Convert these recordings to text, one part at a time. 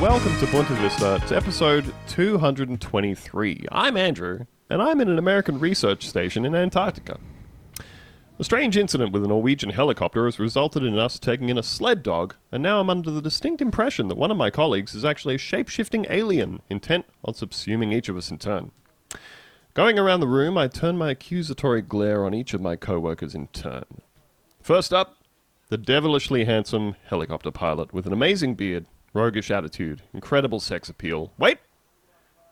Welcome to Vista to episode 223. I'm Andrew, and I'm in an American research station in Antarctica. A strange incident with a Norwegian helicopter has resulted in us taking in a sled dog, and now I'm under the distinct impression that one of my colleagues is actually a shape shifting alien intent on subsuming each of us in turn. Going around the room, I turn my accusatory glare on each of my co workers in turn. First up, the devilishly handsome helicopter pilot with an amazing beard, roguish attitude, incredible sex appeal. Wait!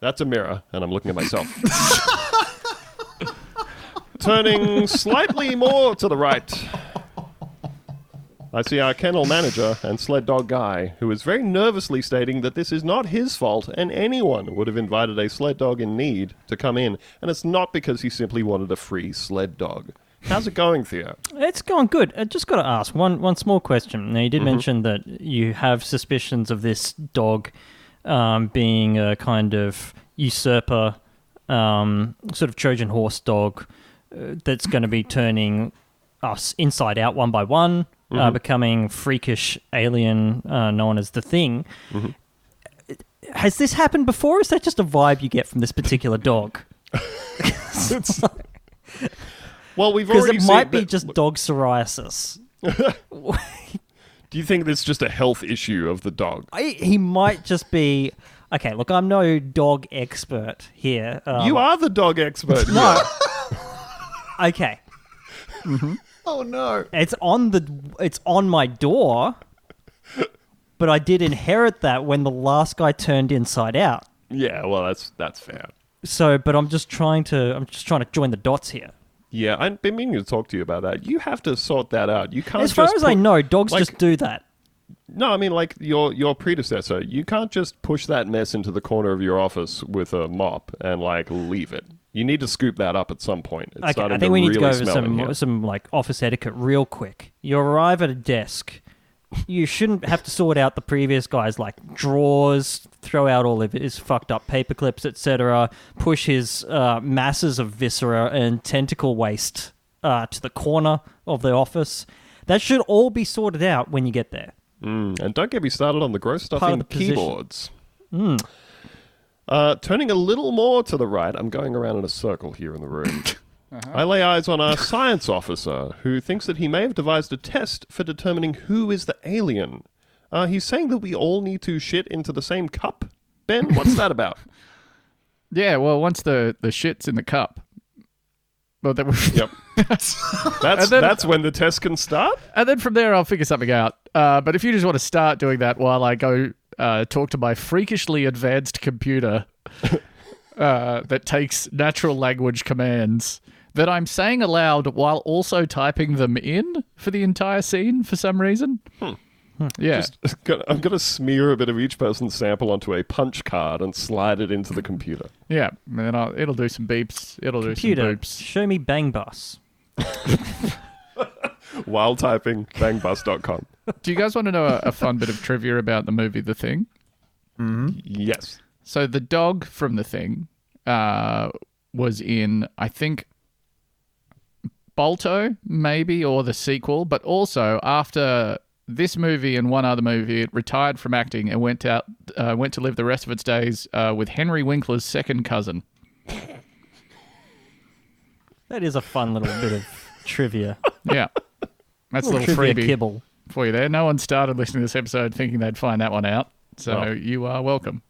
That's a mirror, and I'm looking at myself. Turning slightly more to the right, I see our kennel manager and sled dog guy, who is very nervously stating that this is not his fault and anyone would have invited a sled dog in need to come in, and it's not because he simply wanted a free sled dog. How's it going, Theo? It's going good. I just got to ask one one small question. Now you Mm-hmm. did mention that you have suspicions of this dog um, being a kind of usurper, um, sort of Trojan horse dog uh, that's going to be turning us inside out one by one, Mm-hmm. uh, becoming freakish alien uh, known as the Thing. Mm-hmm. Has this happened before? Is that just a vibe you get from this particular dog? Well, we've Because already it seen might be that- just dog psoriasis. Do you think that's just a health issue of the dog? I, he might just be okay. Look, I'm no dog expert here. Um, you are the dog expert. no. okay. Oh no. It's on the it's on my door, but I did inherit that when the last guy turned inside out. Yeah, well, that's that's fair. So, but I'm just trying to I'm just trying to join the dots here. Yeah, I've been meaning to talk to you about that. You have to sort that out. You can't. As far just as I put- know, dogs like- just do that. No, I mean like your your predecessor. You can't just push that mess into the corner of your office with a mop and like leave it. You need to scoop that up at some point. It's Okay, starting I think we need to really go over smell in here. some some like office etiquette real quick. You arrive at a desk. You shouldn't have to sort out the previous guy's like drawers, throw out all of his fucked up paper clips, etc. Push his uh, masses of viscera and tentacle waste uh, to the corner of the office. That should all be sorted out when you get there. Mm, and don't get me started on the gross stuff Part of in the position. Hmm. keyboards. Uh, turning a little more to the right, I'm going around in a circle here in the room. Uh-huh. I lay eyes on our science officer, who thinks that he may have devised a test for determining who is the alien. Uh, he's saying that we all need to shit into the same cup. Ben, what's that about? Yeah, well, once the the shit's in the cup. Well, that was, Yep. That's And then- that's when the test can start. and then from there, I'll figure something out. Uh, but if you just want to start doing that while I go uh, talk to my freakishly advanced computer uh, that takes natural language commands that I'm saying aloud while also typing them in for the entire scene for some reason. Yeah. Gonna- I'm going to smear a bit of each person's sample onto a punch card and slide it into the computer. yeah. And then I'll, it'll do some beeps. It'll do Computer, some boops. uh, show me Bang Bus. While typing bangbus.com. Do you guys want to know a, a fun bit of trivia about the movie The Thing? Yes. So the dog from the thing uh, was in, I think, Balto, maybe, or the sequel, but also after this movie and one other movie, it retired from acting and went out, uh, went to live the rest of its days uh, with Henry Winkler's second cousin. That is a fun little bit of trivia. Yeah, that's a little trivia freebie kibble. for you there. No one started listening to this episode thinking they'd find that one out, so Well. you are welcome.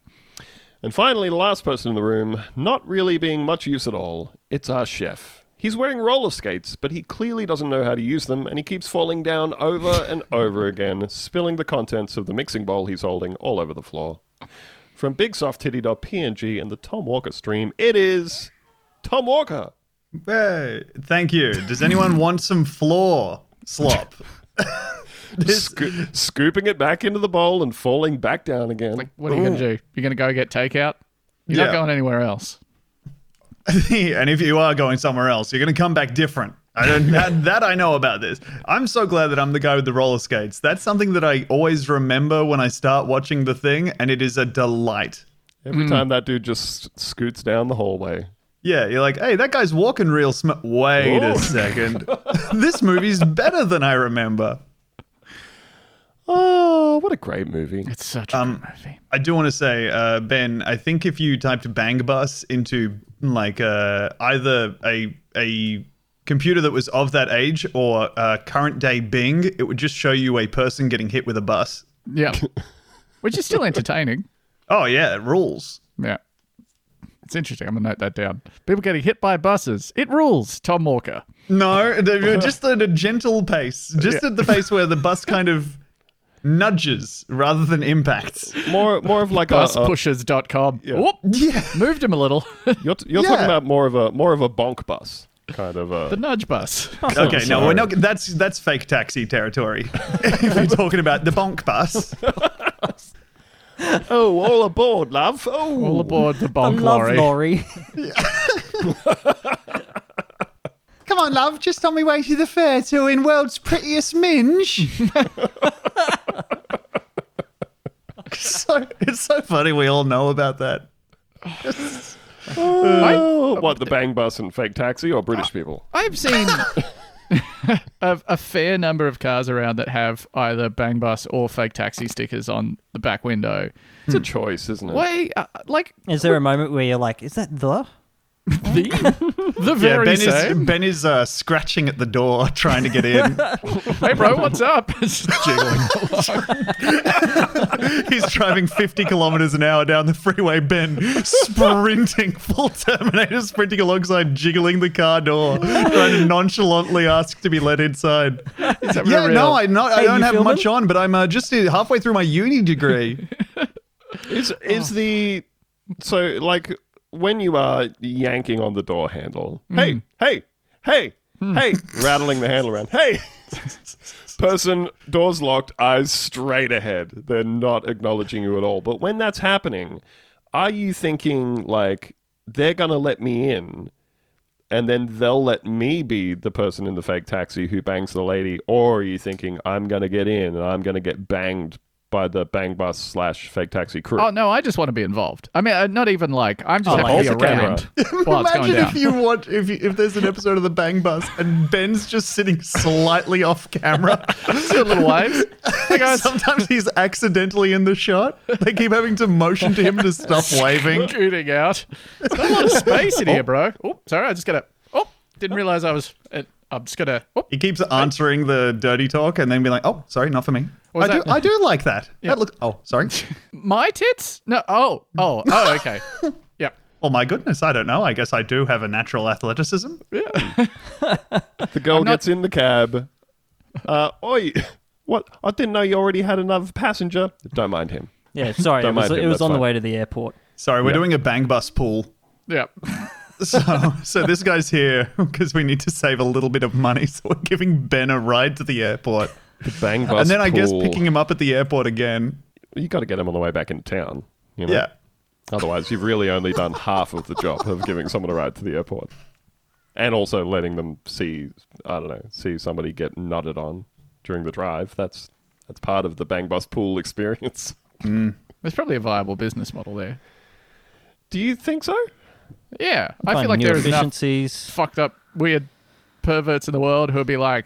And finally, the last person in the room, not really being much use at all, it's our chef. He's wearing roller skates, but he clearly doesn't know how to use them, and he keeps falling down over and over again, spilling the contents of the mixing bowl he's holding all over the floor. From BigSoftTitty.png and the Tom Walker stream, it is Tom Walker. Hey, thank you. Does anyone want some floor slop? This- Scoo- scooping it back into the bowl and falling back down again. Like, what are you going to do? You're going to go get takeout? You're not Yeah. going anywhere else. and if you are going somewhere else, you're going to come back different. I don't, that, that I know about this. I'm so glad that I'm the guy with the roller skates. That's something that I always remember when I start watching the thing, and it is a delight. Every Hmm. time that dude just scoots down the hallway. Yeah, you're like, hey, that guy's walking real sm. Wait Whoa. a second. this movie's better than I remember. Oh, what a great movie. It's such a Um, good movie. I do want to say, uh, Ben, I think if you typed Bang Bus into like uh, either a a computer that was of that age or uh, current day Bing, it would just show you a person getting hit with a bus. Yeah. Which is still entertaining. Oh yeah, it rules. Yeah. It's interesting. I'm going to note that down. People getting hit by buses. It rules, Tom Walker. No, they were just at a gentle pace, just Yeah. at the pace where the bus kind of nudges rather than impacts. More, more of like a. a- Buspushers.com. Whoop. Yeah. Moved him a little. you're you're talking Yeah. about more of a more of a bonk bus kind of. uh, the A, nudge bus. Okay, no, we're not. That's that's fake taxi territory. if you're talking about the bonk bus, oh, all aboard, love. Oh, All aboard the I bonk love lorry. Laurie. come on, love, just on my way to the fair to in world's prettiest minge. so it's so funny. We all know about that. Oh, what the bang bus and fake taxi or British people? I've seen a, a fair number of cars around that have either bang bus or fake taxi stickers on the back window. It's a choice, isn't it? Wait, uh, like Is there a moment where you're like, is that the? the the Yeah, very Ben same. is Ben is uh, scratching at the door trying to get in. Hey, bro, what's up? It's just jiggling. He's driving 50 kilometers an hour down the freeway, Ben, sprinting, full Terminator, sprinting alongside, jiggling the car door, trying to nonchalantly ask to be let inside. having a Yeah, no, real- I, not, I Hey, don't you have filming? much on, but I'm uh, just uh, halfway through my uni degree. Is is the so like when you are yanking on the door handle? Hey, hey, hey, hey! Rattling the handle around. Hey, person, doors locked, eyes straight ahead. They're not acknowledging you at all. But when that's happening, are you thinking like they're gonna let me in? And then they'll let me be the person in the fake taxi who bangs the lady, or are you thinking I'm gonna get in and I'm gonna get banged by the bang bus slash fake taxi crew? Oh no, I just want to be involved. I mean, uh, not even like I'm just Oh, happy like to be off the around while it's going Imagine down. if you watch if you, if there's an episode of the Bang Bus and Ben's just sitting slightly off camera. Do little waves. Hey guys, Sometimes he's accidentally in the shot. They keep having to motion to him to stop waving. scooting out. There's not a lot of space in here, bro. Oh, sorry, I just gotta. Oh, didn't realize I was. uh, I'm just gonna. Oh, He keeps answering the dirty talk and then be like, "Oh, sorry, not for me." I What was do, that? I do like that. That looks. Oh, sorry. my tits? No. Oh, oh, oh. Okay. yeah. Oh my goodness, I don't know. I guess I do have a natural athleticism. The girl gets in the cab. Uh, oi, what? I didn't know you already had another passenger. Don't mind him. Yeah, sorry, it Don't was, mind him, it was that's on the fine. way to the airport. Sorry, we're doing a bang bus pool. Yeah. So, so this guy's here because we need to save a little bit of money. So we're giving Ben a ride to the airport, The bang bus. and then I guess pool. picking him up at the airport again. You got to get him on the way back into town. You know? Yeah. Otherwise, you've really only done half of the job of giving someone a ride to the airport, and also letting them see. I don't know. See somebody get nutted on during the drive. That's that's part of the bang bus pool experience. There's probably a viable business model there. Do you think so? Yeah, I Find feel like new there is enough efficiencies. fucked up, weird perverts in the world who'll be like,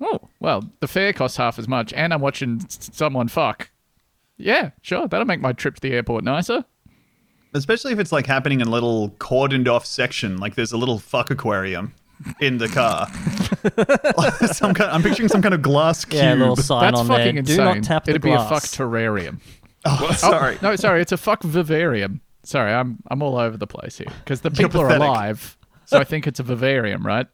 "Oh, well, the fare costs half as much, and I'm watching s- someone fuck." Yeah, sure, that'll make my trip to the airport nicer. Especially if it's like happening in a little cordoned off section, like there's a little fuck aquarium in the car. some kind, I'm picturing some kind of glass cube. Yeah, a little sign That's on there. fucking insane. Do not tap the It'd glass. be a fuck terrarium. oh, sorry. No, sorry, it's a fuck vivarium. Sorry, I'm I'm all over the place here because the You're people are pathetic. alive, so I think it's a vivarium, right?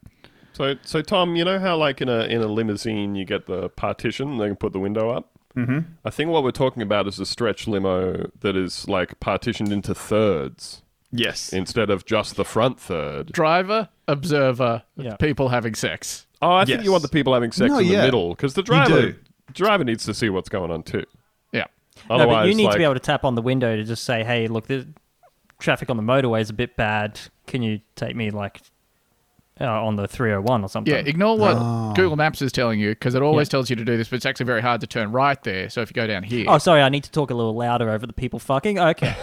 So, so Tom, you know how like in a in a limousine you get the partition, they can put the window up. Mm-hmm. I think what we're talking about is a stretch limo that is like partitioned into thirds Yes. instead of just the front third. Driver, observer, Yeah. people having sex. Oh, I think Yes. you want the people having sex No, in the yeah. middle because the driver do. driver needs to see what's going on too. Yeah, No, but you need like, to be able to tap on the window to just say, "Hey, look, the traffic on the motorway is a bit bad. Can you take me like uh, on the 301 or something?" yeah. Ignore what Google Maps is telling you because it always Yeah. tells you to do this, but it's actually very hard to turn right there. So if you go down here, Oh, sorry, I need to talk a little louder over the people fucking. Okay.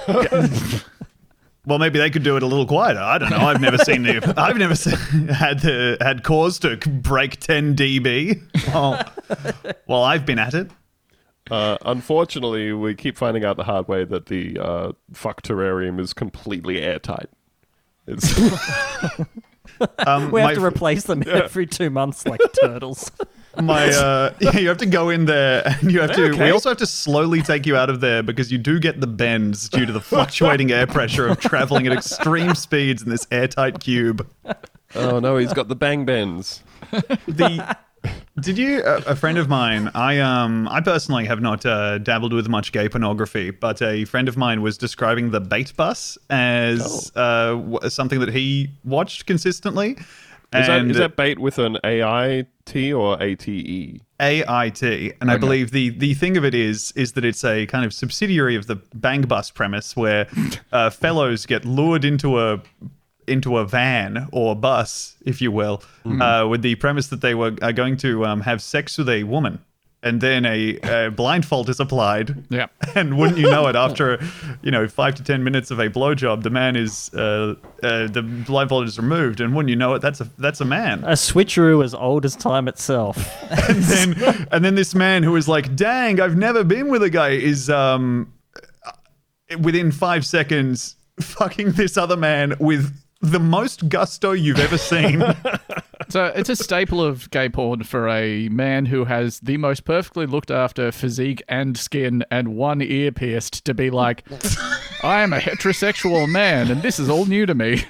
Well, maybe they could do it a little quieter. I don't know. I've never seen the. I've never se had the had cause to break 10 dB. Oh. Well, well, I've been at it. Uh, unfortunately, we keep finding out the hard way that the uh, fuck terrarium is completely airtight. It's Um, We my- have to replace them every two months like turtles. my uh yeah you have to go in there and you have to Okay. we also have to slowly take you out of there because you do get the bends due to the fluctuating air pressure of traveling at extreme speeds in this airtight cube oh no, he's got the bang bends. the did you a, a friend of mine i um i personally have not uh, dabbled with much gay pornography but a friend of mine was describing the bait bus as Oh. uh w- something that he watched consistently Is that, and is that bait with an A I T or A T E? AIT, and I believe the the thing of it is is that it's a kind of subsidiary of the bang bus premise, where uh, fellows get lured into a into a van or bus, if you will, uh, with the premise that they were are going to um, have sex with a woman, and then a, a blindfold is applied. Yeah. And wouldn't you know it? After you know five to ten minutes of a blowjob, the man is uh, uh, the blindfold is removed, and wouldn't you know it? That's a that's a man A switcheroo as old as time itself. and then and then this man who is like, "Dang, I've never been with a guy," is um, within five seconds fucking this other man with the most gusto you've ever seen. So it's a staple of gay porn for a man who has the most perfectly looked after physique and skin and one ear pierced to be like, I am a heterosexual man and this is all new to me.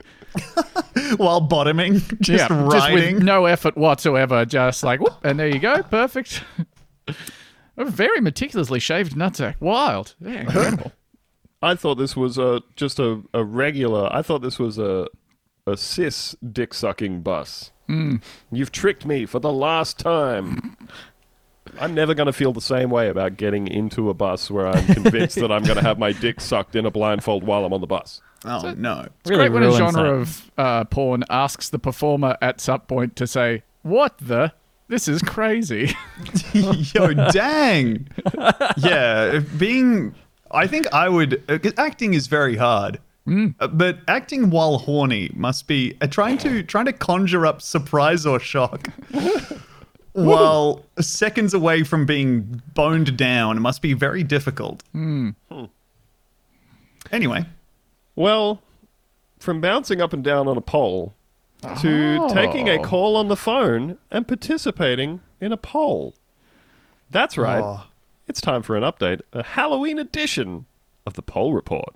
While bottoming, just yeah, just riding. with no effort whatsoever, just like, whoop, and there you go, perfect. A very meticulously shaved nutsack, wild, yeah, incredible. I thought this was a just a, a regular. I thought this was a a cis dick sucking bus. You've tricked me for the last time. I'm never going to feel the same way about getting into a bus where I'm convinced that I'm going to have my dick sucked in a blindfold while I'm on the bus. oh no! It's great when a ruins genre that. of uh, porn asks the performer at some point to say, "What the? This is crazy." Yo, dang. yeah, if being. I think I would. uh, 'cause Acting is very hard. Mm. Uh, But acting while horny must be uh, trying to trying to conjure up surprise or shock, while seconds away from being boned down must be very difficult. Mm. Hmm. Anyway, Well, from bouncing up and down on a pole to taking a call on the phone and participating in a poll. That's right. Oh. It's time for an update, a Halloween edition of the Poll Report.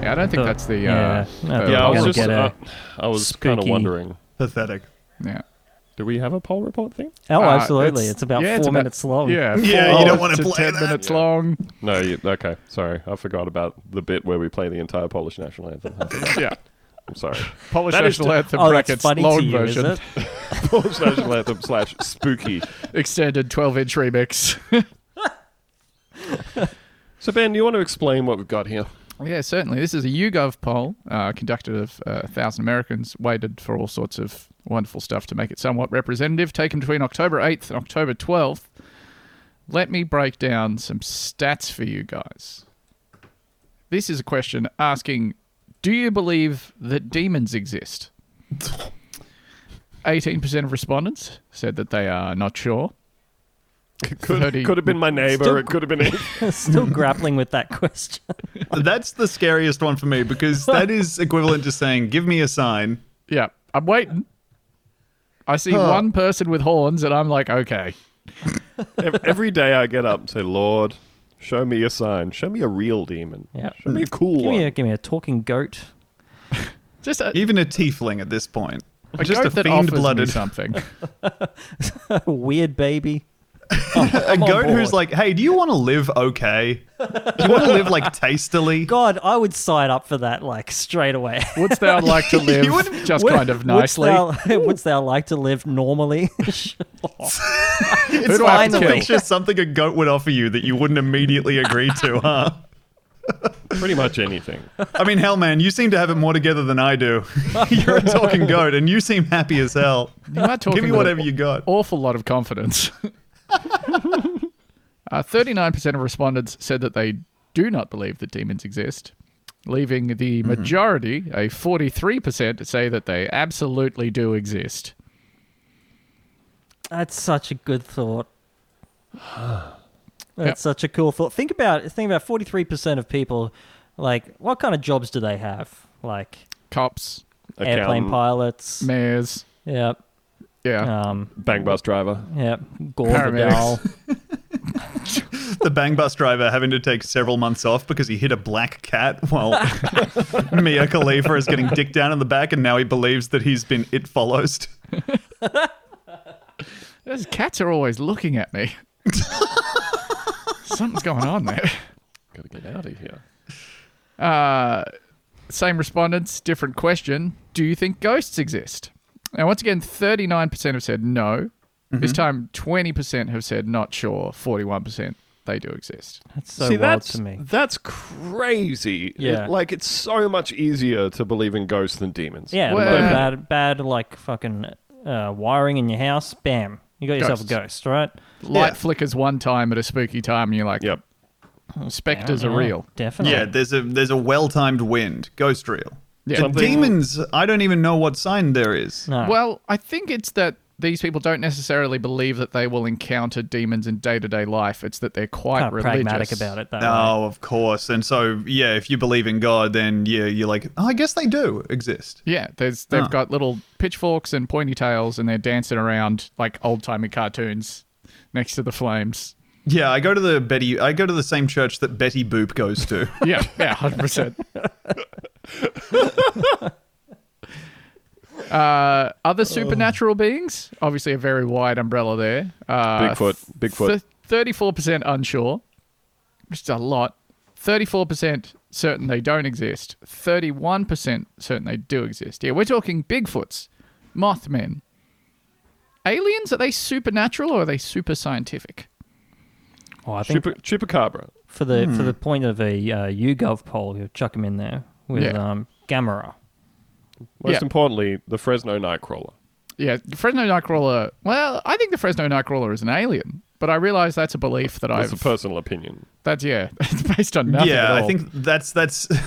Yeah, I don't think The- that's the. yeah, Uh, no, uh, the Yeah, I We're was gonna just get a uh, I was kind of spooky- wondering. pathetic. yeah. Do we have a poll report thing? Oh, Uh, absolutely. It's, about yeah, four it's about- minutes long. Yeah, Yeah, four you don't hours wanna to play ten that. minutes long. No. You, okay. Sorry, I forgot about the bit where we play the entire Polish national anthem. Yeah, I'm sorry. Polish That is national t- anthem Oh, that's brackets funny long to you, version, is it? Polish national anthem slash spooky. extended twelve-inch remix. So Ben, you want to explain what we've got here? Yeah, certainly. This is a YouGov poll uh, conducted of uh, 1,000 Americans, weighted for all sorts of wonderful stuff to make it somewhat representative, taken between October 8th and October 12th. Let me break down some stats for you guys. This is a question asking Do you believe that demons exist? 18% of respondents said that they are not sure. Could, Thirty- could have been my neighbor. Still- It could have been. Still grappling with that question. That's the scariest one for me because that is equivalent to saying, "Give me a sign." Yeah, I'm waiting. I see one person with horns, and I'm like, okay. Ev- Every day I get up and say, Lord, show me a sign. Show me a real demon. Yeah. Show me a cool Give one. me, a, give me a talking goat. Just a, Even a tiefling at this point, A just a goat that offers me fiend-blooded something. A weird baby. a goat board. who's like, "Hey, do you want to live okay? Do you want to live like tastily?" God, I would sign up for that like straight away. Wouldst thou like to live just kind of nicely? Wouldst thou, wouldst thou like to live normally? It's do I have to hard to kill? picture something a goat would offer you that you wouldn't immediately agree to, huh? Pretty much anything. I mean, hell, man, you seem to have it more together than I do. You're a talking goat, and you seem happy as hell. You are talking Give me with whatever an you got. Awful lot of confidence. Uh, 39% of respondents said that they do not believe that demons exist, leaving the majority, a 43%, say that they absolutely do exist. That's such a good thought. That's such a cool thought. Think about think about forty three percent of people. Like, what kind of jobs do they have? Like Cops, airplane Accountant, pilots. mayors. Yep. Yeah. Um. Bang bus driver. Yep. Gore Paramedics. Vidal. the bang bus driver having to take several months off because he hit a black cat while Mia Khalifa is getting dicked down in the back, and now he believes that he's been it follows. Those cats are always looking at me. Something's going on there. Gotta get out of here. Uh, same respondents, different question. Do you think ghosts exist? Now, once again, 39% have said no. Mm-hmm. This time, 20% have said not sure. 41% they do exist. That's so See, wild that's to me. that's crazy. It- Yeah. like it's so much easier to believe in ghosts than demons. Yeah. Well- like bad, bad, like fucking uh, wiring in your house. Bam. You got yourself a ghost, right? Light Yeah. flickers one time at a spooky time, and you're like, Yep. specters Yeah, are real. Definitely. Yeah, there's a there's a well timed wind, ghost reel. Yeah. The demons, I don't even know what sign there is. No. Well, I think it's that these people don't necessarily believe that they will encounter demons in day to day life. It's that they're quite kind of religious. pragmatic about it. That way. Oh, of course. And so, yeah, if you believe in God, then yeah, you're like, oh, I guess they do exist. Yeah, there's, they've Huh. got little pitchforks and pointy tails, and they're dancing around like old timey cartoons next to the flames. Yeah, I go to the Betty. I go to the same church that Betty Boop goes to. Yeah, yeah, hundred percent. Uh, other supernatural beings, obviously a very wide umbrella there. Uh, Bigfoot, Bigfoot. Thirty-four percent unsure, which is a lot. Thirty-four percent certain they don't exist. Thirty-one percent certain they do exist. Yeah, we're talking Bigfoots, Mothmen, aliens. Are they supernatural or are they super scientific? Oh, I think Chupa, chupacabra. for the Hmm. for the point of a uh, YouGov poll, you chuck them in there with Yeah. um, Gamera. Most Yeah. importantly, the Fresno Nightcrawler. Yeah, the Fresno Nightcrawler. Well, I think the Fresno Nightcrawler is an alien, but I realize that's a belief that That's a I've. personal opinion. that's yeah, it's based on nothing. yeah, at I all. think that's that's.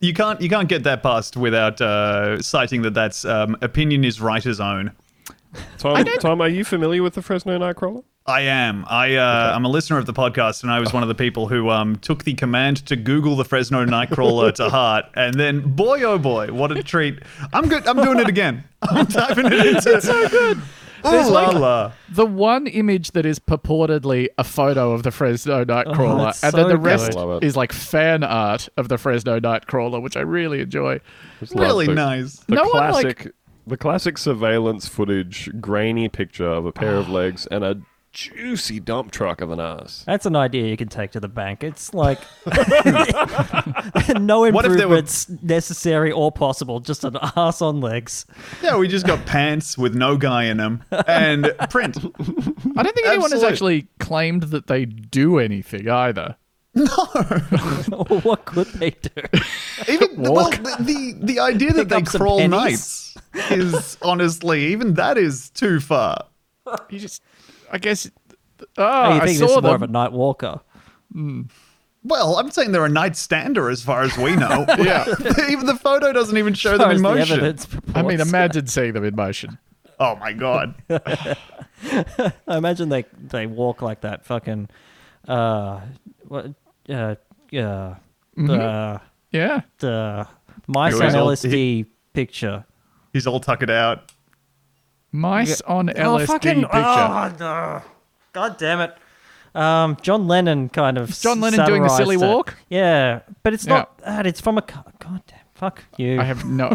You can't you can't get that past without uh, citing that that's um, opinion is writer's own. Tom, Tom, are you familiar with the Fresno Nightcrawler? I am. I uh, I'm a listener of the podcast, and I was one of the people who um, took the command to Google the Fresno Nightcrawler to heart, and then boy oh boy, what a treat! I'm good. I'm doing it again. I'm typing it into. It's so good. Oh la la. the one image that is purportedly a photo of the Fresno Nightcrawler, Oh, that's and so then the good. rest I love it. is like fan art of the Fresno Nightcrawler, which I really enjoy. It's Really lovely. nice. The No one, like- classic, the classic surveillance footage, grainy picture of a pair of legs and a juicy dump truck of an ass. That's an idea you can take to the bank. It's like no What if there were- improvements necessary or possible, just an ass on legs. Yeah, we just got pants with no guy in them and print. I don't think anyone has Absolute. actually claimed that they do anything either. what could they do? Even well, Walk. the, the the idea that Pick they up some crawl pennies. nights is honestly even that is too far. You just, I guess. Oh, Oh, you I think saw this is them. more of a night walker? Well, I'm saying they're a night stander as far as we know. yeah, even the photo doesn't even show As them far in as the motion. evidence I mean, purports. imagine seeing them in motion. Oh my god. I imagine they they walk like that fucking uh what uh uh Mm-hmm. uh, Yeah. the mice Here we on go. LSD picture. He's all tuckered out. Mice on LSD picture. Oh, no. God damn it. Um, John Lennon kind of. John Lennon doing the silly satirised it. walk? Yeah, but it's Yeah. not that. It's from a. co- God damn. Fuck you. I have no.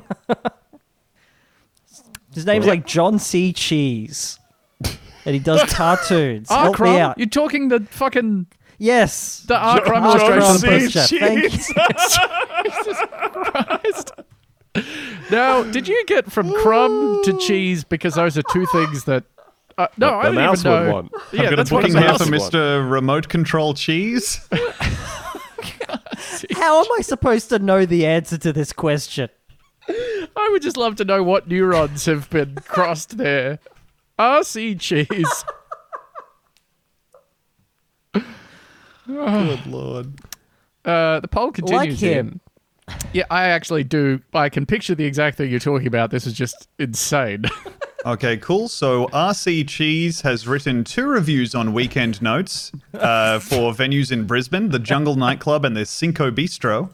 His name's like John C. Cheese. And he does cartoons. Help me Arkrum, out. Ah, you're talking the fucking Yes. the Arkrum John illustration. C. Cheese. Thank you. Now, did you get from crumb to cheese because those are two things that? Uh, no, I the don't mouse even would know. want. Yeah, Got a that's what booking I'm here for asking. one. Mr. Remote Control Cheese. How am I supposed to know the answer to this question? I would just love to know what neurons have been crossed there. RC cheese. Good lord. Uh, the poll continues. Like here. him. Yeah, I actually do. I can picture the exact thing you're talking about. This is just insane. Okay, cool. So RC Cheese has written two reviews on Weekend Notes uh, for venues in Brisbane, the Jungle Nightclub and the Cinco Bistro.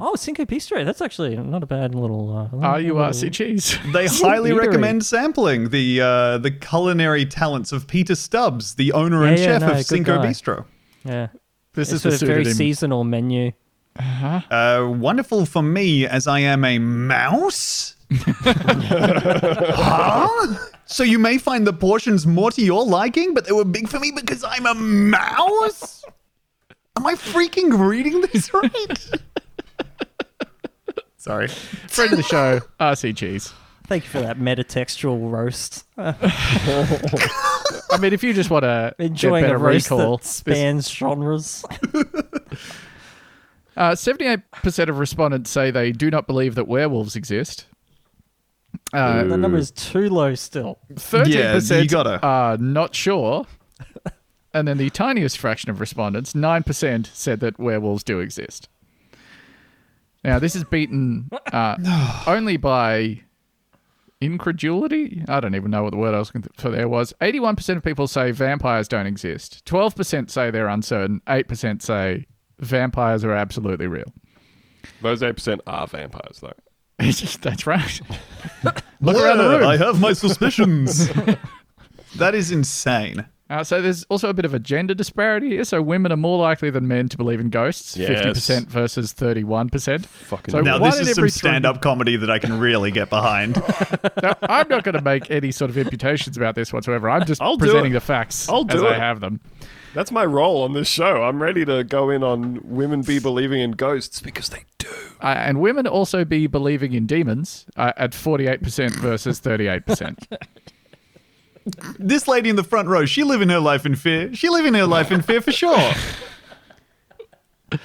Oh, Cinco Bistro. That's actually not a bad little. Uh, little- Are you little- RC cheese? They highly eatery. recommend sampling the uh, the culinary talents of Peter Stubbs, the owner and Yeah, yeah, chef no, of good Cinco guy. Bistro. Yeah. This It's is the sort of very pseudonym. seasonal menu. Uh, wonderful for me as I am a mouse. huh? So you may find the portions more to your liking, but they were big for me because I'm a mouse? Am I freaking reading this right? Sorry. Friend of the show, RC cheese. Thank you for that metatextual roast. I mean, if you just want to Enjoying get better a roast recall, that spans genres. Uh, 78% of respondents say they do not believe that werewolves exist. Uh, that number is too low still. 13% Yeah, you gotta. are not sure. and then the tiniest fraction of respondents, 9%, said that werewolves do exist. Now, this is beaten uh, only by incredulity. I don't even know what the word I was going to, for there was. 81% of people say vampires don't exist. 12% say they're uncertain. 8% say vampires are absolutely real. Those 8% are vampires, though. That's right. Look around the Yeah, room. I have my suspicions. that is insane. Uh, so there's also a bit of a gender disparity here. So women are more likely than men to believe in ghosts, Yes. fifty percent versus thirty-one percent. Fucking So Now, Now, one this in is some every stand up comedy that I can really get behind. three- No, I'm not going to make any sort of imputations about this whatsoever. I'm just I'll do presenting it. the facts I'll as do I it. have them. That's my role on this show. I'm ready to go in on women be believing in ghosts because they do. Uh, and women also be believing in demons uh, at forty-eight percent versus thirty-eight percent. this lady in the front row, she living her life in fear. She living her life in fear for sure. Uh,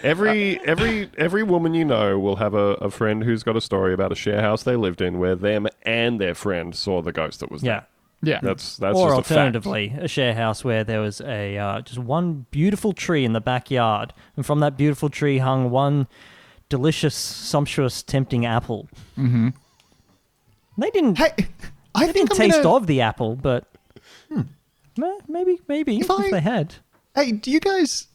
Every every every woman you know will have a, a friend who's got a story about a share house they lived in where them and their friend saw the ghost that was Yeah. Yeah, there. That's that's or just alternatively, a, share house where there was a uh, just one beautiful tree in the backyard, and from that beautiful tree hung one delicious, sumptuous, tempting apple. Mm-hmm. They didn't. Hey, I they think didn't I'm taste gonna- of the apple, but Hmm. Meh, maybe, maybe if, I- they had. Hey, do you guys?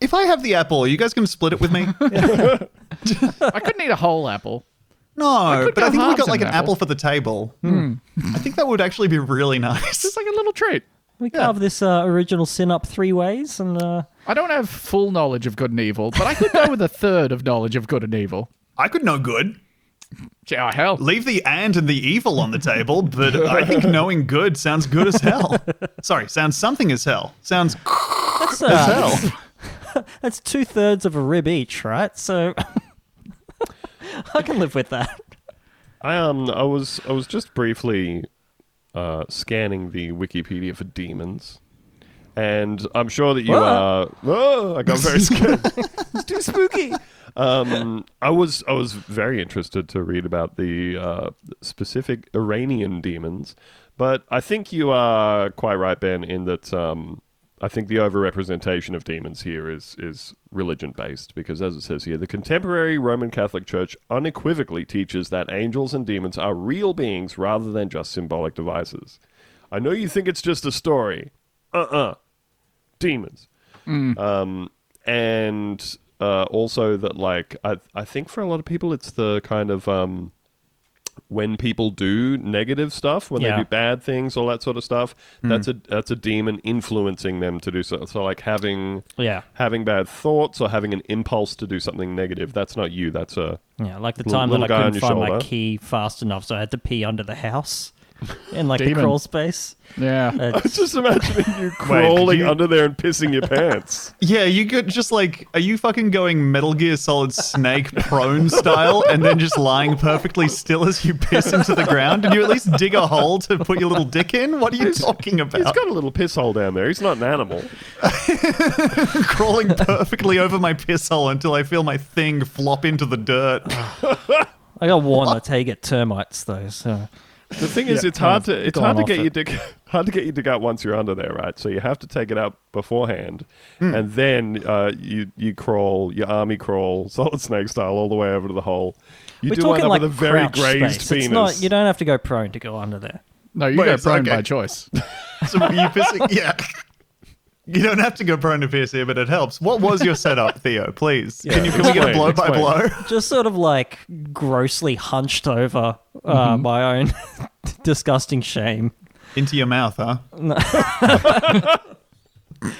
If I have the apple, are you guys gonna split it with me? I couldn't eat a whole apple. No, could but I go think we halves got in Hmm. like an an apple. apple for the table. I think that would actually be really nice. It's like a little treat. We carve this uh, original sin up three ways, and uh, I don't have full knowledge of good and evil, but I could go with a third of knowledge of good and evil. I could know good. Yeah, hell. Leave the and and the evil on the table, but I think knowing good sounds good as hell. Sorry, sounds something as hell. Sounds that's as uh, hell. that's two thirds of a rib each, right? So I can live with that. I um I was I was just briefly uh, scanning the Wikipedia for demons. And I'm sure that you Whoa. are Whoa, I got very scared. It's too spooky. Um, I was I was very interested to read about the uh, specific Iranian demons, but I think you are quite right, Ben, in that um, I think the overrepresentation of demons here is is religion based because, as it says here, the contemporary Roman Catholic Church unequivocally teaches that angels and demons are real beings rather than just symbolic devices. I know you think it's just a story. Uh-uh. Demons Um, and uh, also that like I I think for a lot of people it's the kind of um, when people do negative stuff when Yeah. they do bad things all that sort of stuff that's a that's a demon influencing them to do so so like having Yeah. having bad thoughts or having an impulse to do something negative that's not you that's a Yeah, like the Little- time little that guy I on couldn't your find my shoulder. key fast enough, so I had to pee under the house in like the Demon. crawl space. Yeah. Uh, I was just imagining you crawling you- under there and pissing your pants Yeah, you could just like, are you fucking going Metal Gear Solid Snake prone style and then just lying perfectly still as you piss into the ground? Did you at least dig a hole to put your little dick in? What are you talking he's about? got a little piss hole down there he's not an animal Crawling perfectly over my piss hole until I feel my thing flop into the dirt. I got warned I take it termites though, so The thing is, Yeah, it's hard kind of to it's hard gone to off get it. your dick hard to get your dick out once you're under there, right? So you have to take it out beforehand, Hmm. and then uh, you you crawl your army crawl solid snake style all the way over to the hole. You We're do end talking up like with a very crouch grazed space. penis. It's not, you don't have to go prone to go under there. No, you Wait, go it's prone okay. by choice. So were you pissing? Yeah. You don't have to go prone to piss here, but it helps. What was your setup, Theo? Please, can you can we get a Explain, blow by explain. blow? Just sort of like grossly hunched over uh, Mm-hmm. my own disgusting shame. Into your mouth, huh?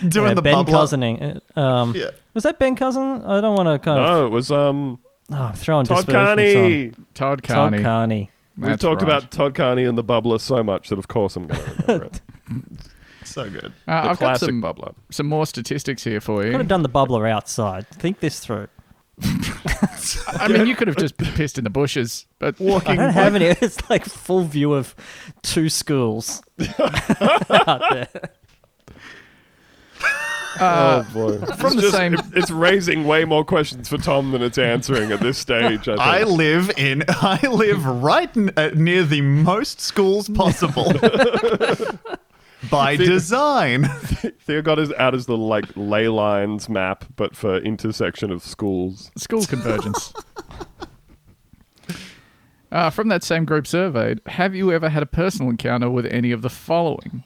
Doing Yeah, the ben bubble. cousining. Uh, Um, Yeah. Was that Ben Cousin? I don't want to kind of no, it was um oh, I'm throwing Todd dispersions on. Carney. Todd Todd Carney. Carney. We've That's talked right. about Todd Carney and the bubbler so much that of course I'm going to remember it. So good. The Uh, I've got classic some, bubbler. some more statistics here for Could you. have done the bubbler outside. Think this through. I mean, you could have just pissed in the bushes, but I don't have any. It's like full view of two schools out there. uh, Uh, oh boy! from It's the just- same- it's raising way more questions for Tom than it's answering at this stage. I, think. I live in. I live right n- uh, near the most schools possible. By design. Theo got his out as the like ley lines map, but for intersection of schools. school convergence. Uh, from that same group surveyed, have you ever had a personal encounter with any of the following?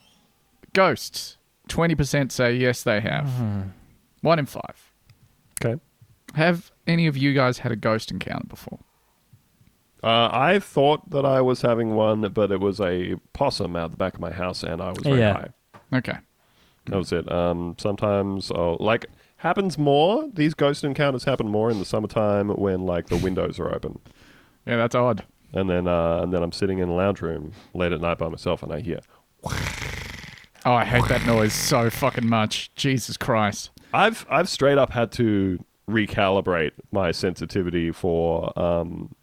Ghosts. 20% say yes, they have. One in five. Mm-hmm. Okay. Have any of you guys had a ghost encounter before? Uh, I thought that I was having one, but it was a possum out the back of my house, and I was very Yeah. high. Okay. That was it. Um, sometimes, oh, like, happens more. These ghost encounters happen more in the summertime when like the windows are open, Yeah, that's odd. and then uh, and then I'm sitting in a lounge room late at night by myself, and I hear. Oh, I hate that noise so fucking much. Jesus Christ. I've I've straight up had to recalibrate my sensitivity for um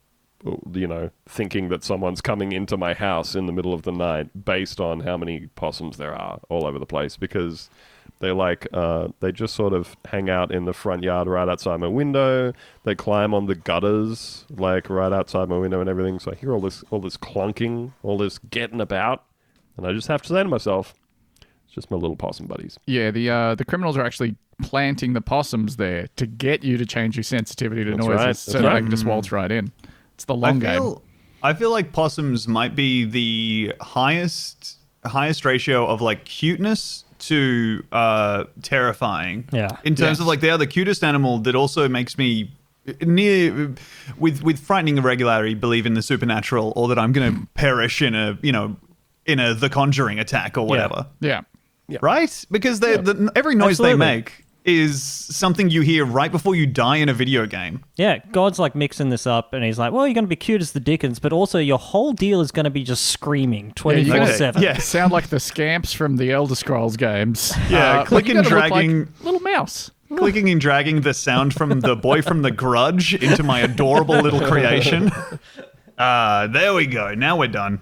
you know thinking that someone's coming into my house in the middle of the night based on how many possums there are all over the place because they like uh, they just sort of hang out in the front yard right outside my window they climb on the gutters like right outside my window and everything so i hear all this all this clunking all this getting about and i just have to say to myself it's just my little possum buddies Yeah, the uh, the criminals are actually planting the possums there to get you to change your sensitivity to That's noises right, so that's that right. they can just waltz right in. It's the long I game. feel, I feel like possums might be the highest highest ratio of like cuteness to uh, terrifying. Yeah. In terms Yeah. of like they are the cutest animal that also makes me near with with frightening irregularity believe in the supernatural or that I'm going to perish in a you know in a the conjuring attack or whatever. Yeah. Right? Because they the, every noise Absolutely. they make is something you hear right before you die in a video game. Yeah, God's like mixing this up, and he's like, "Well, you're going to be cute as the Dickens, but also your whole deal is going to be just screaming twenty you four gotta- seven. yeah. sound like the scamps from the Elder Scrolls games. Yeah, like, click you and gotta look like dragging- little mouse. clicking and dragging the sound from the boy from the grudge into my adorable little creation. Uh, there we go. Now we're done.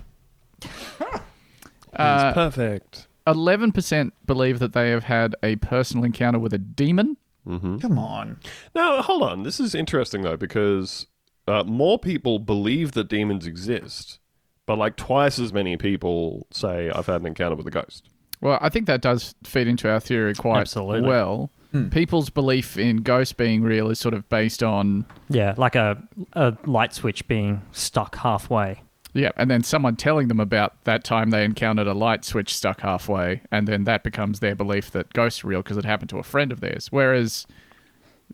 it's perfect Uh, Eleven percent believe that they have had a personal encounter with a demon. Hmm. Come on. Now, hold on. This is interesting though because uh, more people believe that demons exist, but like twice as many people say I've had an encounter with a ghost. Well, I think that does feed into our theory quite Absolutely. well. People's belief in ghosts being real is sort of based on yeah, like a a light switch being stuck halfway. yeah, and then someone telling them about that time they encountered a light switch stuck halfway, and then that becomes their belief that ghosts are real because it happened to a friend of theirs. Whereas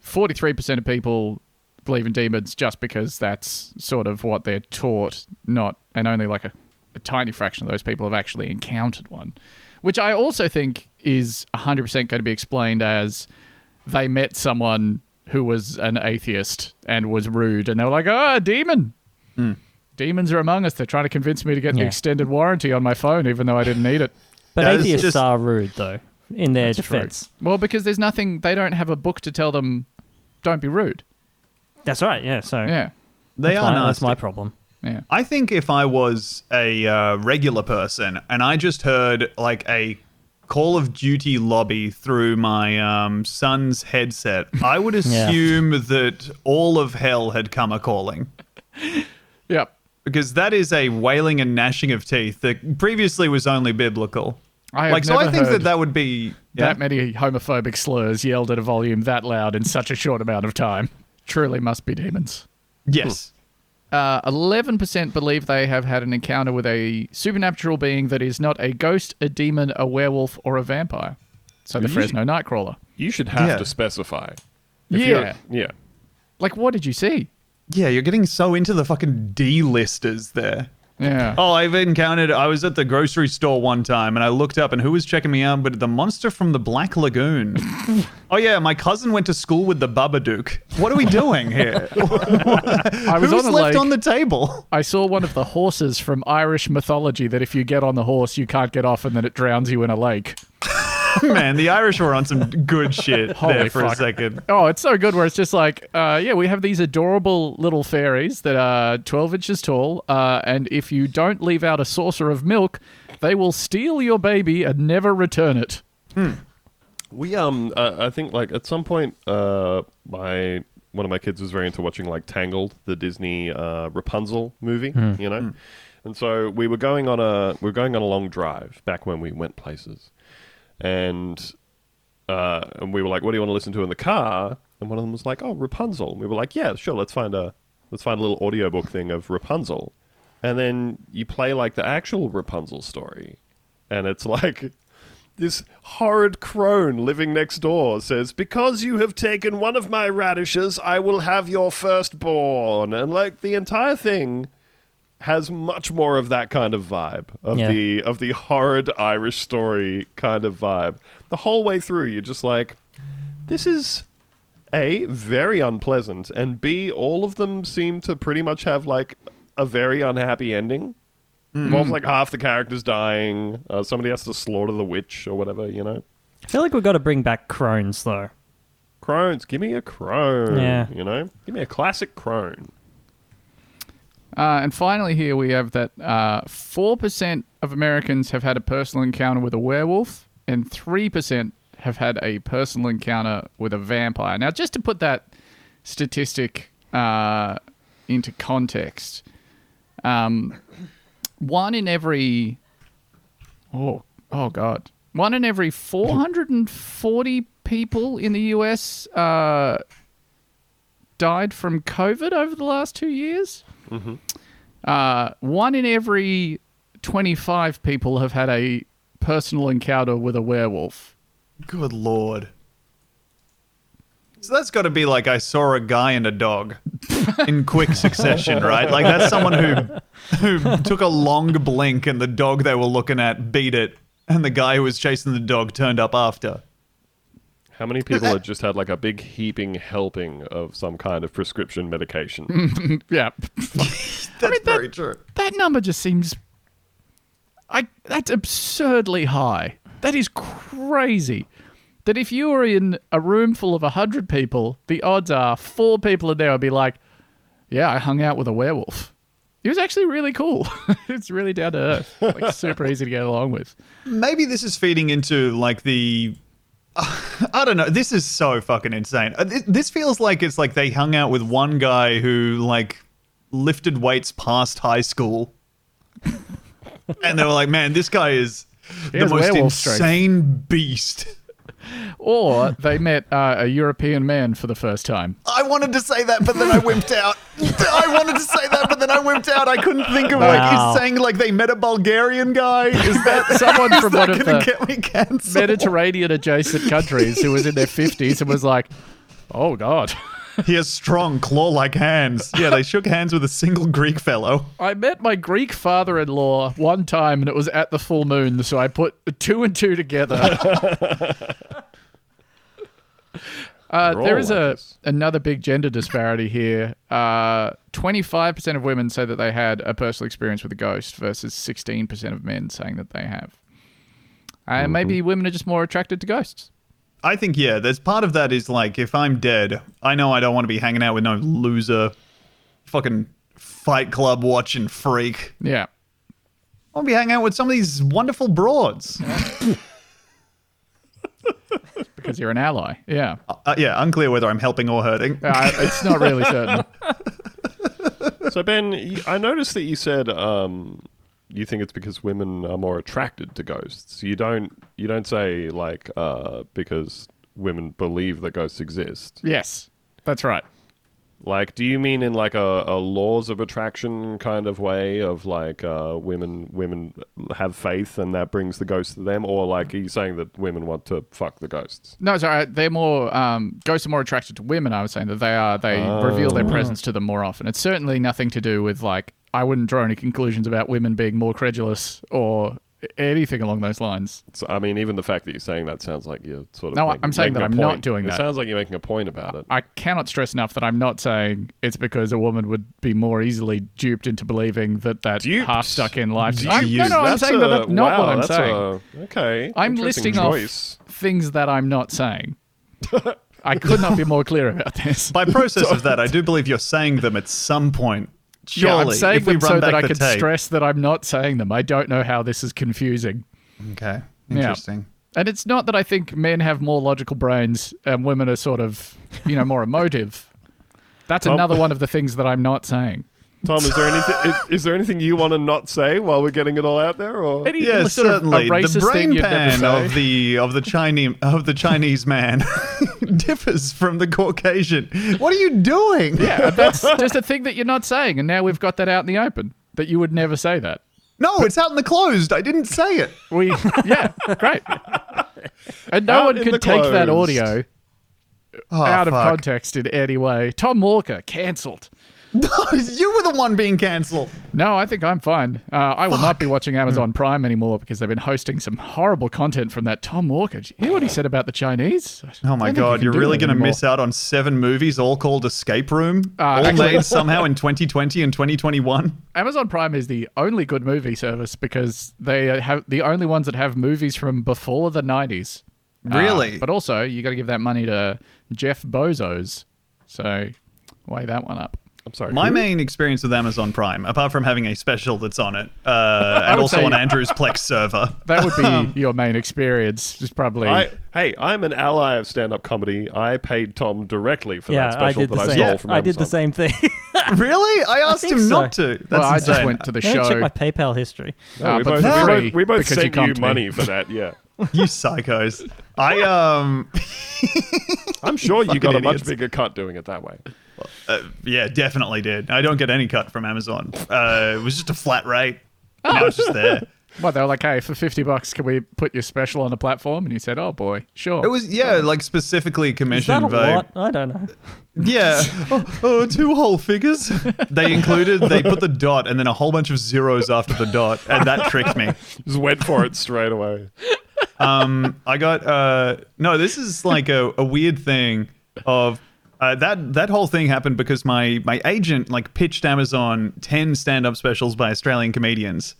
forty three percent of people believe in demons just because that's sort of what they're taught, not and only like a, a tiny fraction of those people have actually encountered one. Which I also think is hundred percent going to be explained as they met someone who was an atheist and was rude and they were like, Oh, a demon. Demons are among us. They're trying to convince me to get an Yeah. extended warranty on my phone, even though I didn't need it. But That is atheists just- are rude, though, in their defense. Well, because there's nothing, they don't have a book to tell them, don't be rude. That's right. Yeah. So Yeah. They that's, are my, that's nasty. my problem. Yeah. I think if I was a uh, regular person and I just heard like a Call of Duty lobby through my um, son's headset, I would assume that all of hell had come a calling. Yep. because that is a wailing and gnashing of teeth that previously was only biblical. I have like so, never I think that heard that would be yeah. That many homophobic slurs yelled at a volume that loud in such a short amount of time. Truly must be demons. yes. Uh, 11% believe they have had an encounter with a supernatural being that is not a ghost, a demon, a werewolf, or a vampire. So the Really? Fresno Nightcrawler. You should have Yeah. to specify. yeah. Yeah. Like, what did you see? Yeah, you're getting so into the fucking D-listers there. Yeah. Oh, I've encountered. I was at the grocery store one time, and I looked up, and who was checking me out? But the monster from the Black Lagoon. oh yeah, my cousin went to school with the Babadook. What are we doing here? I was Who's on a lake. left on the table? I saw one of the horses from Irish mythology that if you get on the horse, you can't get off and then it drowns you in a lake. Man, the Irish were on some good shit Holy there for a fuck. second. Oh, it's so good where it's just like, uh, yeah, we have these adorable little fairies that are 12 inches tall, uh, and if you don't leave out a saucer of milk, they will steal your baby and never return it. We um, uh, I think like at some point, uh, my one of my kids was very into watching like Tangled, the Disney uh, Rapunzel movie, you know, and so we were going on a we were going on a long drive back when we went places, and uh, and we were like, what do you want to listen to in the car? And one of them was like, oh, Rapunzel. And we were like, yeah, sure, let's find a let's find a little audiobook thing of Rapunzel, and then you play like the actual Rapunzel story, and it's like this horrid crone living next door says, Because you have taken one of my radishes, I will have your firstborn. And like the entire thing has much more of that kind of vibe of Yeah. the of the horrid Irish story kind of vibe. The whole way through you're just like this is a very unpleasant and b all of them seem to pretty much have like a very unhappy ending involves like half the characters dying uh, somebody has to slaughter the witch or whatever you know I feel like we've got to bring back crones though. crones give me a crone Yeah. you know give me a classic crone Uh, and finally, here we have that uh, 4% of Americans have had a personal encounter with a werewolf, and 3% have had a personal encounter with a vampire. Now, just to put that statistic uh, into context, um, one in every. Oh, oh, God. One in every 440 people in the US uh, died from COVID over the last two years. Uh, one in every 25 people have had a personal encounter with a werewolf. Good lord. So that's got to be like I saw a guy and a dog in quick succession, right? Like that's someone who who took a long blink and the dog they were looking at beat it, and the guy who was chasing the dog turned up after. how many people have just had like a big heaping helping of some kind of prescription medication Yeah. That's very true. that number just seems. I, that's absurdly high. That is crazy. That if you were in a room full of 100 people, the odds are four people in there would be like, yeah, I hung out with a werewolf. He was actually really cool. it's really down to earth. Like, super easy to get along with. Maybe this is feeding into like the. I don't know. This is so fucking insane. Uh, thi- This feels like it's like they hung out with one guy who like lifted weights past high school, and they were like, "Man, this guy is the has most werewolf strength." insane beast." Or they met uh, a European man for the first time. I wanted to say that, but then I wimped out. I wanted to say that, but then I wimped out. I couldn't think of Wow. like is saying like they met a Bulgarian guy. Is that someone from one of gonna the get me cancelled? Mediterranean adjacent countries who was in their 50s and was like, oh, God. He has strong, claw like hands. Yeah, they shook hands with a single Greek fellow. I met my Greek father in law one time and it was at the full moon, so I put two and two together. Uh, We're there all is like a this. another big gender disparity here. Twenty five percent of women say that they had a personal experience with a ghost, versus sixteen percent of men saying that they have. And maybe women are just more attracted to ghosts. I think, yeah, there's part of that is like, if I'm dead, I know I don't want to be hanging out with no loser, fucking fight club watching freak. Yeah, I want to be hanging out with some of these wonderful broads. because you're an ally. Yeah, Oh. Uh, yeah, unclear whether I'm helping or hurting. Uh, it's not really certain. So Ben, y- I noticed that you said um, you think it's because women are more attracted to ghosts. You don't you don't say like uh, because women believe that ghosts exist. Yes, that's right. Like, do you mean in like a, a laws of attraction kind of way of like uh, women women have faith and that brings the ghosts to them, or like are you saying that women want to fuck the ghosts? No, sorry. They're more um, ghosts are more attracted to women. I was saying that they are. They reveal Oh. their presence to them more often. It's certainly nothing to do with like I wouldn't draw any conclusions about women being more credulous or anything along those lines. So, I mean, even the fact that you're saying that sounds like you're sort of No, making- I'm saying making a that I'm not point. doing It that. sounds like you're making a point about it. I cannot stress enough that I'm not saying it's because a woman would be more easily duped into believing that that Duped? half stuck in life. Duped. I, no, no, I'm That's saying that a- that's not wow, what I'm that's saying. a- okay. I'm interesting listing choice. off things that I'm not saying. I could not be more clear about this. By process of that, I do believe you're saying them at some point. Surely, yeah, I'm saying if we them run so back that I the could tape. stress that I'm not saying them. I don't know how this is confusing. Okay, Yeah. interesting. And it's not that I think men have more logical brains and women are sort of, you know, more emotive. That's Tom- another one of the things that I'm not saying. Tom, is there anything? is, is there anything you want to not say while we're getting it all out there? Or Any Yes, sort of a certainly. The racist thing brain you'd never pan say. of the of the Chinese of the Chinese man differs from the Caucasian. What are you doing? Yeah, that's just a thing that you're not saying, and now we've got that out in the open that you would never say that. No, it's out in the closed. I didn't say it. We, yeah, great. And no Out one in could the take that closed. audio Oh, out of fuck. context in any way. Tom Walker cancelled. you were the one being cancelled. No, I think I'm fine. Uh, I will not be watching Mm. Amazon Prime anymore because they've been hosting some horrible content from that Tom Walker. Did you hear what he said about the Chinese? Oh my god, you're really going to miss out on seven movies, all called Escape Room, Uh, all actually- made somehow in 2020 and 2021. Amazon Prime is the only good movie service because they have the only ones that have movies from before the 90s. Uh, Really? but also, you got to give that money to Jeff Bezos. So, weigh that one up. I'm sorry. My who? main experience with Amazon Prime, apart from having a special that's on it, uh, and would also say- on Andrew's Plex server. That would be your main experience. Is probably I, hey, I'm an ally of stand-up comedy. I paid Tom directly for yeah, that I special did that the I same. stole from I did the Amazon. same thing. really? I asked think him so. not to. That's well, I insane. just went to the I didn't check show. my PayPal history. No, Ah, we, both, but for we free both- we both because sent you you, comped me. money for that. Yeah, You psychos. I um I'm sure you Fucking got a much idiots. bigger cut doing it that way. uh, yeah, definitely did. I don't get any cut from Amazon. Uh, it was just a flat rate. Now it's just there. Well, they were like, "Hey, for fifty bucks, can we put your special on the platform?" And you said, "Oh boy, sure." It was yeah, like specifically Is that commissioned a by lot? I don't know. Yeah. Oh, oh, two whole figures. They included they put the dot and then a whole bunch of zeros after the dot and that tricked me. Just went for it straight away. um, I got uh, no. This is like a, a weird thing of uh, that that whole thing happened because my my agent like pitched Amazon ten stand up specials by Australian comedians,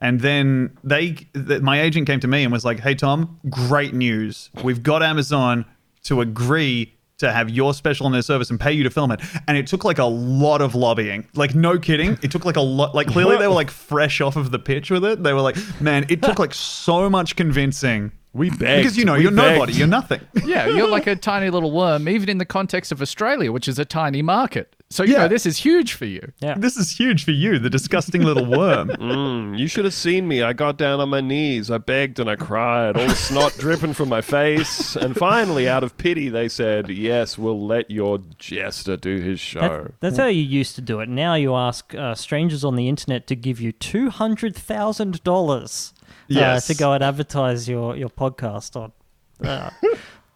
and then they th- my agent came to me and was like, "Hey Tom, great news! We've got Amazon to agree." To have your special on their service and pay you to film it, and it took like a lot of lobbying. Like, no kidding, it took like a lot. Like, clearly they were like fresh off of the pitch with it. They were like, man, it took like so much convincing We begged because you know We you're nobody, begged. you're nothing. yeah, you're like a tiny little worm, even in the context of Australia, which is a tiny market. So you Yeah. know this is huge for you. Yeah. This is huge for you, the disgusting little worm. Mm, You should have seen me. I got down on my knees. I begged and I cried, all the snot dripping from my face. And finally, out of pity, they said, Yes, we'll let your jester do his show. That- that's how you used to do it. Now you ask uh, strangers on the internet to give you two hundred thousand dollars uh, Yes. to go and advertise your, your podcast on uh,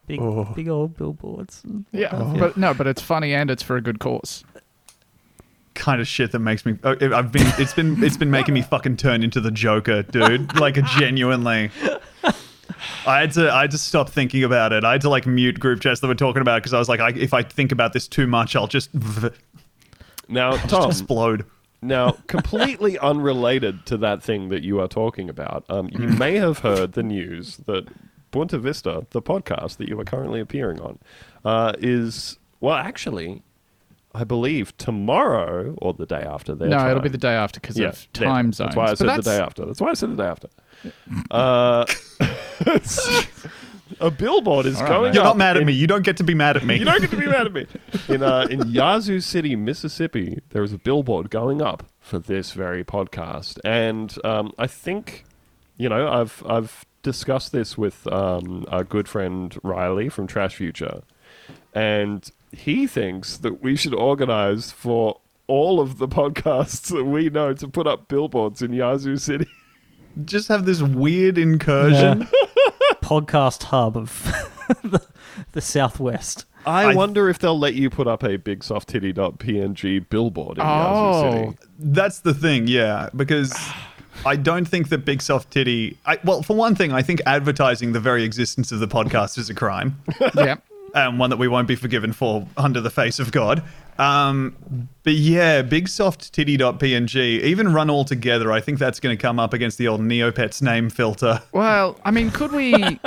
big big old billboards. Yeah, but no, but it's funny and it's for a good cause. kind of shit that makes me. oh, I've been. It's been. It's been making me fucking turn into the Joker, dude. Like genuinely. I had to. I had to stop thinking about it. I had to like mute group chats that were talking about it because I was like, I, if I think about this too much, I'll just v- Now, Tom, explode. now completely unrelated to that thing that you are talking about, um, you Hmm. may have heard the news that Buena Vista, the podcast that you are currently appearing on, uh, is, well, actually, I believe tomorrow or the day after their no, it'll time. be the day after because Yeah, of time zone. That's zones. why I But said the that's- day after. That's why I said the day after. Uh, A billboard is going You're up not mad at in- me. You don't get to be mad at me. You don't get to be mad at me. In uh, in Yazoo City, Mississippi, there was a billboard going up for this very podcast, and um, I think, you know, I've I've discussed this with um, our good friend Riley from Trash Future, and he thinks that we should organise for all of the podcasts that we know to put up billboards in Yazoo City. Just have this weird incursion. Uh, podcast hub of the, the Southwest. I, I- wonder if they'll let you put up a big soft titty.png billboard in Yazoo City. Oh, That's the thing, yeah, because I don't think that Big Soft Titty. I, well, for one thing, I think advertising the very existence of the podcast is a crime, yeah. and one that we won't be forgiven for under the face of God. Um, but yeah, Big Soft Titty.png, even run all together, I think that's going to come up against the old Neopets name filter. Well, I mean, could we?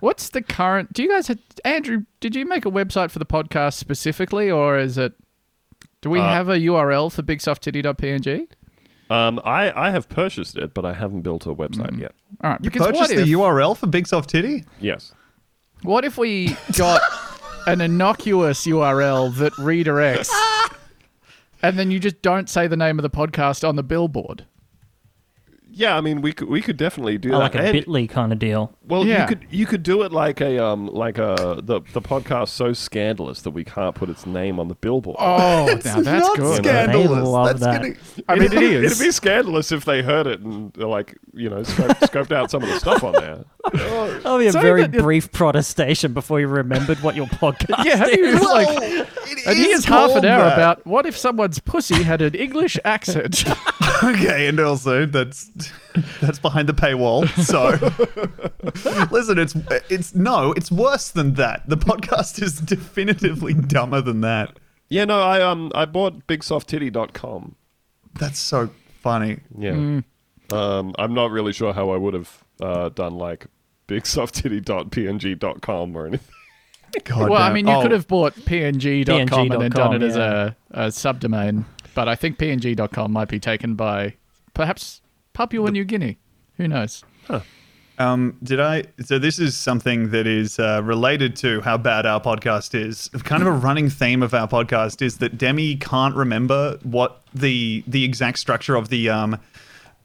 What's the current? Do you guys, have, Andrew? Did you make a website for the podcast specifically, or is it? Do Uh, we have a URL for bigsofttitty.png? Um, I, I have purchased it, but I haven't built a website yet. All right, because Purchase what the if, URL for Big Soft Titty? Yes. what if we got an innocuous URL that redirects, and then you just don't say the name of the podcast on the billboard? Yeah, I mean, we could we could definitely Oh, do I that. like a And- Bitly kind of deal. well, Yeah. you could you could do it like a um like a the the podcast so scandalous that we can't put its name on the billboard. Oh, now that's Not good. sca- They scandalous. love that's that. Gonna, I mean, it It'd is. be scandalous if they heard it and like you know scoped, scoped out some of the stuff on there. That'll be a Sorry, Oh, very but it- brief protestation before you remembered what your podcast yeah, have is. you well, like? it And is here's half called an hour that. about what if someone's pussy had an English accent. Okay, and also that's that's behind the paywall. So listen, it's it's no, it's worse than that. The podcast is definitively dumber than that. Yeah, no, I um I bought bigsofttitty.com. That's so funny. Yeah. Mm. Um, I'm not really sure how I would have uh, done like bigsofttitty.png.com or anything. God well, I damn- mean, you oh, could have bought png.com, and then done it as yeah. a, a subdomain, but I think png.com might be taken by perhaps Papua New Guinea. Who knows? Um, did I? So this is something that is uh, related to how bad our podcast is. Kind of a running theme of our podcast is that Demi can't remember what the the exact structure of the um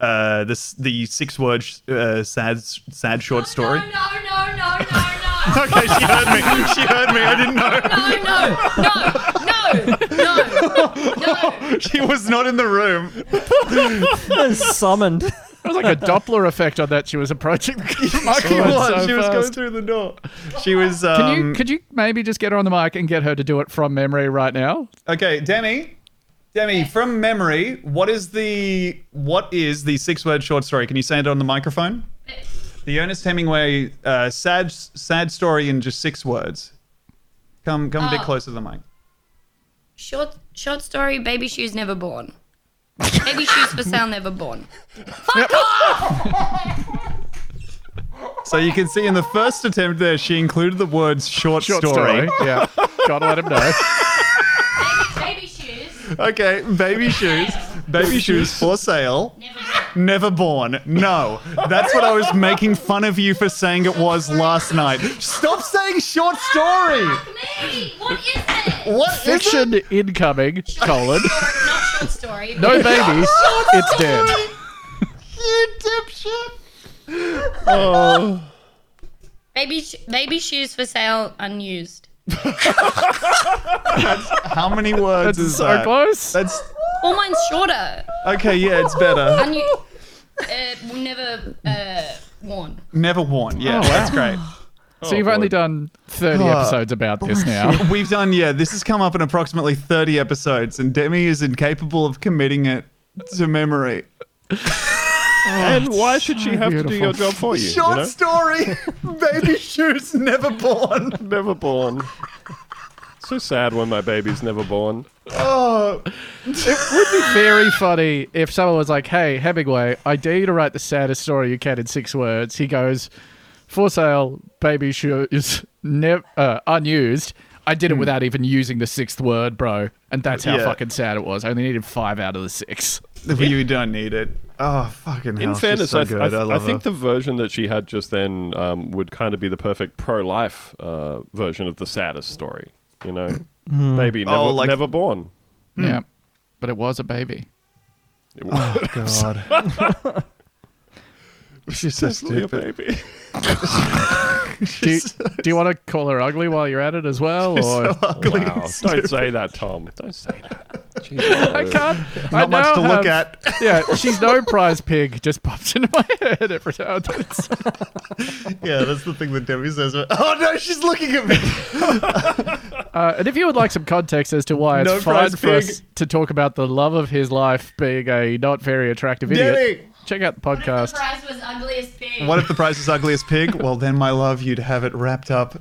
uh this the six word uh, sad sad short story. No, no, no, no, no, Okay, she heard me. She heard me. I didn't know. no, no, no, no, no, no. She was not in the room. summoned. It was like a Doppler effect on that. She was approaching the She microphone was. so she was going fast. through the door. She was. Um, Can you, could you maybe just get her on the mic and get her to do it from memory right now? okay, Demi. Demi, from memory, what is the what is the six word short story? Can you say it on the microphone? The Ernest Hemingway uh, sad sad story in just six words. Come come a bit Oh. closer to the mic. Short, short story. Baby shoes never born. Baby shoes for sale never born. So you can see in the first attempt there, she included the words short, story. Yeah. Gotta let him know. Baby shoes Okay, baby shoes, baby shoes for sale. never born. Never born. No. That's what I was making fun of you for saying it was last night. Stop saying short story. Me? What is it? What is it? Fiction incoming, colon. Short, not short story. No babies. it's dead. You dipshit. Baby, sh- baby shoes for sale unused. How many words That's is so that? close. That's All mine's shorter. okay. Yeah, it's better. Unused. Uh, will never uh, worn. Never worn. Oh, Yeah, that's great. So you've boy. only done 30 Oh. episodes about this now. We've done. Yeah, this has come up in approximately thirty episodes, and Demi is incapable of committing it to memory. and why should she have to do beautiful. your job for you? you Short know? story. Baby shoes. Never born. Never born. So sad when my baby's never born. Oh. very funny if someone was like, "Hey, Hemingway, I dare you to write the saddest story you can in six words." He goes, "For sale, baby shoes, ne- uh, unused." I did it without even using the sixth word, bro, and that's how Hmm. Yeah. fucking sad it was. I only needed five out of the six. You don't need it. Oh, fucking hell. In she's fairness, so I, good. I, I I love think her. the version that she had just then um, would kind of be the perfect pro-life uh, version of the saddest story. You know, maybe never, Oh, like- never born. Hmm. Yeah. But it was a baby. It was God. she's so definitely a stupid. baby. Do you, do you want to call her ugly while you're at it as well? Or Wow. Don't say that, Tom. Don't say that. Jesus. I can't. I Not much now to look have- at. Yeah, she's no prize pig. Just pops into my head every time. It's- Yeah, that's the thing that Debbie says. Oh no, she's looking at me. Uh, and if you would like some context as to why it's No fine prize for pig. us to talk about the love of his life being a not very attractive idiot, Debbie! check out the What if the podcast. prize was ugliest pig? What if the prize is ugliest pig? Well, then, my love, you'd have it wrapped up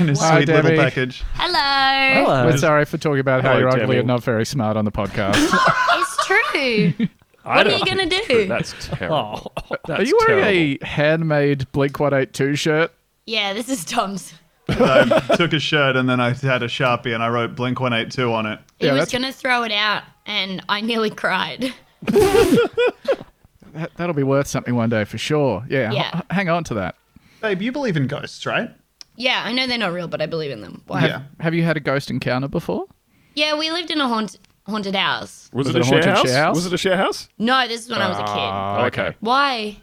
in a Wow, sweet Debbie. little package. Hello. We're sorry for talking about how Hello, you're ugly Debbie. and not very smart on the podcast. It's true. I What are don't you think gonna it's do? true. That's terrible. That's Are you wearing terrible. a handmade Blink 182 shirt? yeah, this is Tom's. I took a shirt and then I had a sharpie and I wrote Blink One Eight Two on it. He Yeah, was that's- gonna throw it out, and I nearly cried. That, that'll be worth something one day for sure. Yeah, h- Yeah. hang on to that. Babe, you believe in ghosts, right? Yeah, I know they're not real, but I believe in them. Why? Yeah. Have you had a ghost encounter before? Yeah, we lived in a haunt- haunted house. Was, Was it, it a a share haunted house? share house? Was it a share house? No, this is when I was a Ah. kid. Oh, okay. Why?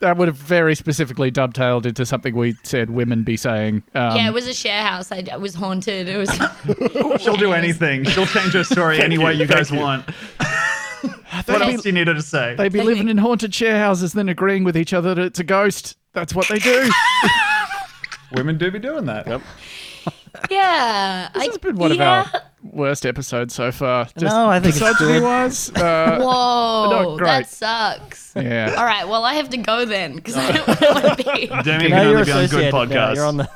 That would have very specifically dovetailed into something we said women be saying. Um, yeah, it was a share house. I it was haunted. It was. She'll do anything. She'll change her story any way you guys want. what else do you need her to say? They be They living think- in haunted share houses, then agreeing with each other that it's a ghost. That's what they do. Women do be doing that. yeah. this I- has been one yeah. of our worst episodes so far. Just No, I think it's misogyny good. wise. Uh, Whoa, Not great. that sucks. yeah. All right, well, I have to go then because I don't want to be. Demi Now can you're only be on good associated. Now. podcasts. You're on the.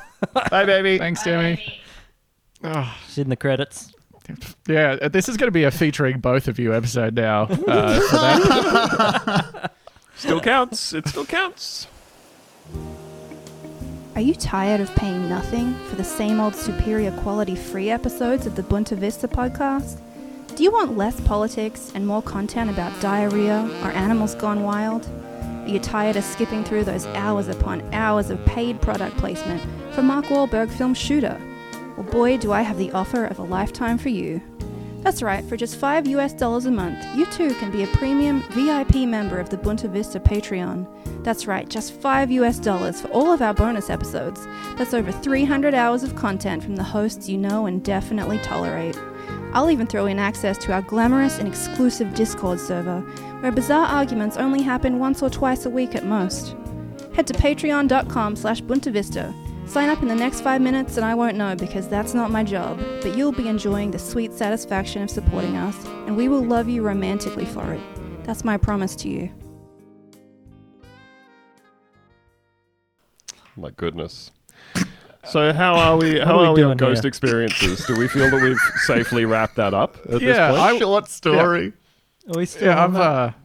Bye, baby. Thanks, Demi. Oh, She's in the credits. yeah, uh, this is going to be a featuring both of you episode now. Uh, for that. Still counts. It still counts. Are you tired of paying nothing for the same old superior quality free episodes of the Bunta Vista podcast? Do you want less politics and more content about diarrhea or animals gone wild? Are you tired of skipping through those hours upon hours of paid product placement for Mark Wahlberg film Shooter? Well, boy, do I have the offer of a lifetime for you. That's right, for just 5 US dollars a month, you too can be a premium VIP member of the Bunta Vista Patreon. That's right, just 5 US dollars for all of our bonus episodes. That's over 300 hours of content from the hosts you know and definitely tolerate. I'll even throw in access to our glamorous and exclusive Discord server, where bizarre arguments only happen once or twice a week at most. Head to patreon.com slash buntavista. Sign up in the next five minutes and I won't know because that's not my job, but you'll be enjoying the sweet satisfaction of supporting us, and we will love you romantically for it. That's my promise to you. My goodness. So how are we? How are are we we on doing ghost here? experiences? Do we feel that we've safely wrapped that up at Yeah, this I- point? Short story. Are we still Yeah, on I've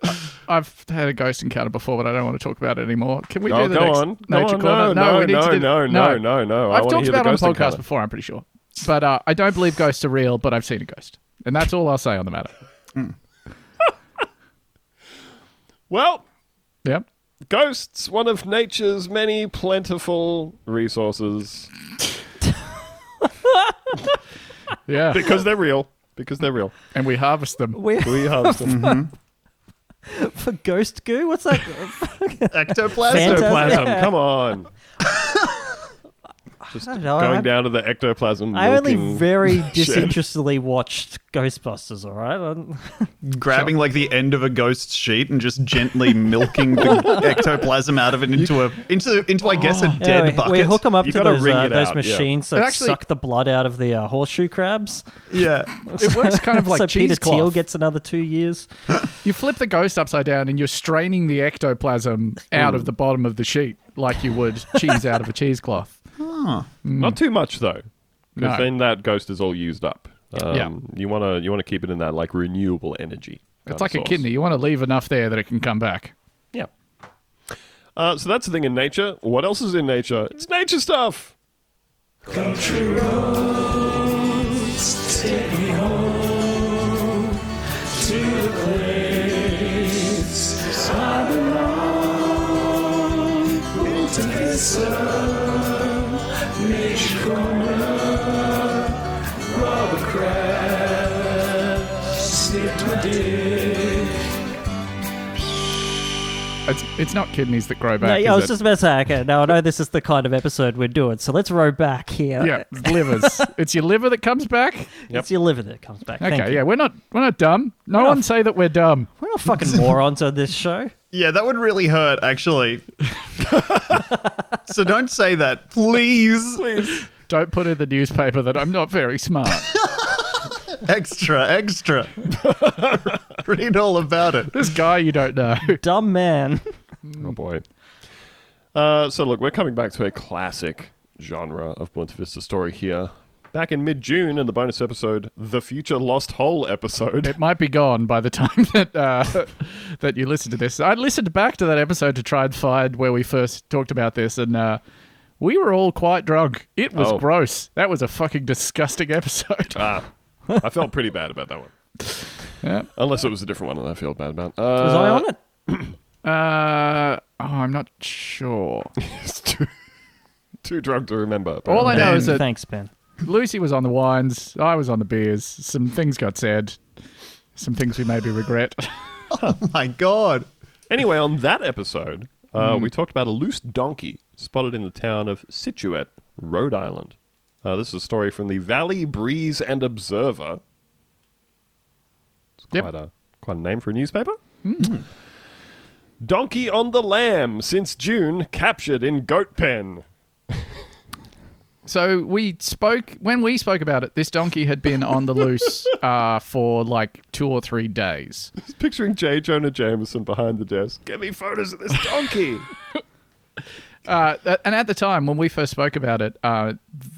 that? uh, I've had a ghost encounter before, but I don't want to talk about it anymore. Can we No, do the Oh, go next on. Go nature on. No, corner? no, we need to no, do- no, no, no, no. I I've wanna talked hear the about it on the ghost podcast encounter. before. I'm pretty sure, but uh, I don't believe ghosts are real. But I've seen a ghost, and that's all I'll say on the matter. Well, Yep. ghosts, one of nature's many plentiful resources, Yeah. because they're real. Because they're real. and we harvest them. We're We have them. for ghost goo. What's that? Ectoplasm. ectoplasm. Yeah. Come on. Just I don't know. going I- down to the ectoplasm. I only milking very shit. disinterestedly watched Ghostbusters. All right, Um, Grabbing like the end of a ghost sheet and just gently milking the ectoplasm out of it into a into into I guess a dead anyway, bucket. we hook them up You to gotta those, wring uh, it those out, yeah. machines It that actually- suck the blood out of the uh, horseshoe crabs. Yeah. It works kind of like so Peter cheesecloth. Teal gets another two years. You flip the ghost upside down and you're straining the ectoplasm out of the bottom of the sheet like you would cheese out of a cheesecloth. Not too much though, because No. then that ghost is all used up. Um, Yeah. You wanna you wanna keep it in that like renewable energy. kind It's of like a source. kidney. You want to leave enough there that it can come back. Yeah. Uh, so that's the thing in nature. What else is in nature? It's nature stuff. It's, it's not kidneys that grow back. No, yeah, I is was it? just about to say, okay, now I know this is the kind of episode we're doing, so let's row back here. yeah, it's livers. it's your liver that comes back. It's your liver that comes back. Thank Okay, you. yeah, we're not we're not dumb. No We're one not- say that we're dumb. We're not fucking morons on this show. Yeah, that would really hurt, actually. so don't say that, please. Please. Don't put in the newspaper that I'm not very smart. Extra, extra. Read all about it. this guy you don't know. Dumb man. Mm. Oh boy. Uh, so look, we're coming back to a classic genre of Buena Vista story here. Back in mid-June, in the bonus episode, the future lost hole episode. It might be gone by the time that uh, that you listen to this. I listened back to that episode to try and find where we first talked about this, and uh, we were all quite drunk. It was Oh. gross. That was a fucking disgusting episode. Ah, I felt pretty bad about that one. Yeah. Unless it was a different one that I feel bad about. Uh, Was I on it? Uh, oh, I'm not sure. It's too, too drunk to remember. but- All I know is that Thanks, Ben. Lucy was on the wines. I was on the beers. Some things got said. Some things we maybe regret. My God. Anyway, on that episode, uh, Hmm. we talked about a loose donkey spotted in the town of Situate, Rhode Island. Uh, this is a story from the Valley Breeze and Observer. It's Yep. quite, a, quite a name for a newspaper. Hmm. Hmm. Donkey on the lamb since June, captured in goat pen. so we spoke when we spoke about it. This donkey had been on the loose uh, for like two or three days. Just picturing J. Jonah Jameson behind the desk. Get me photos of this donkey. Uh, that- and at the time when we first spoke about it, uh,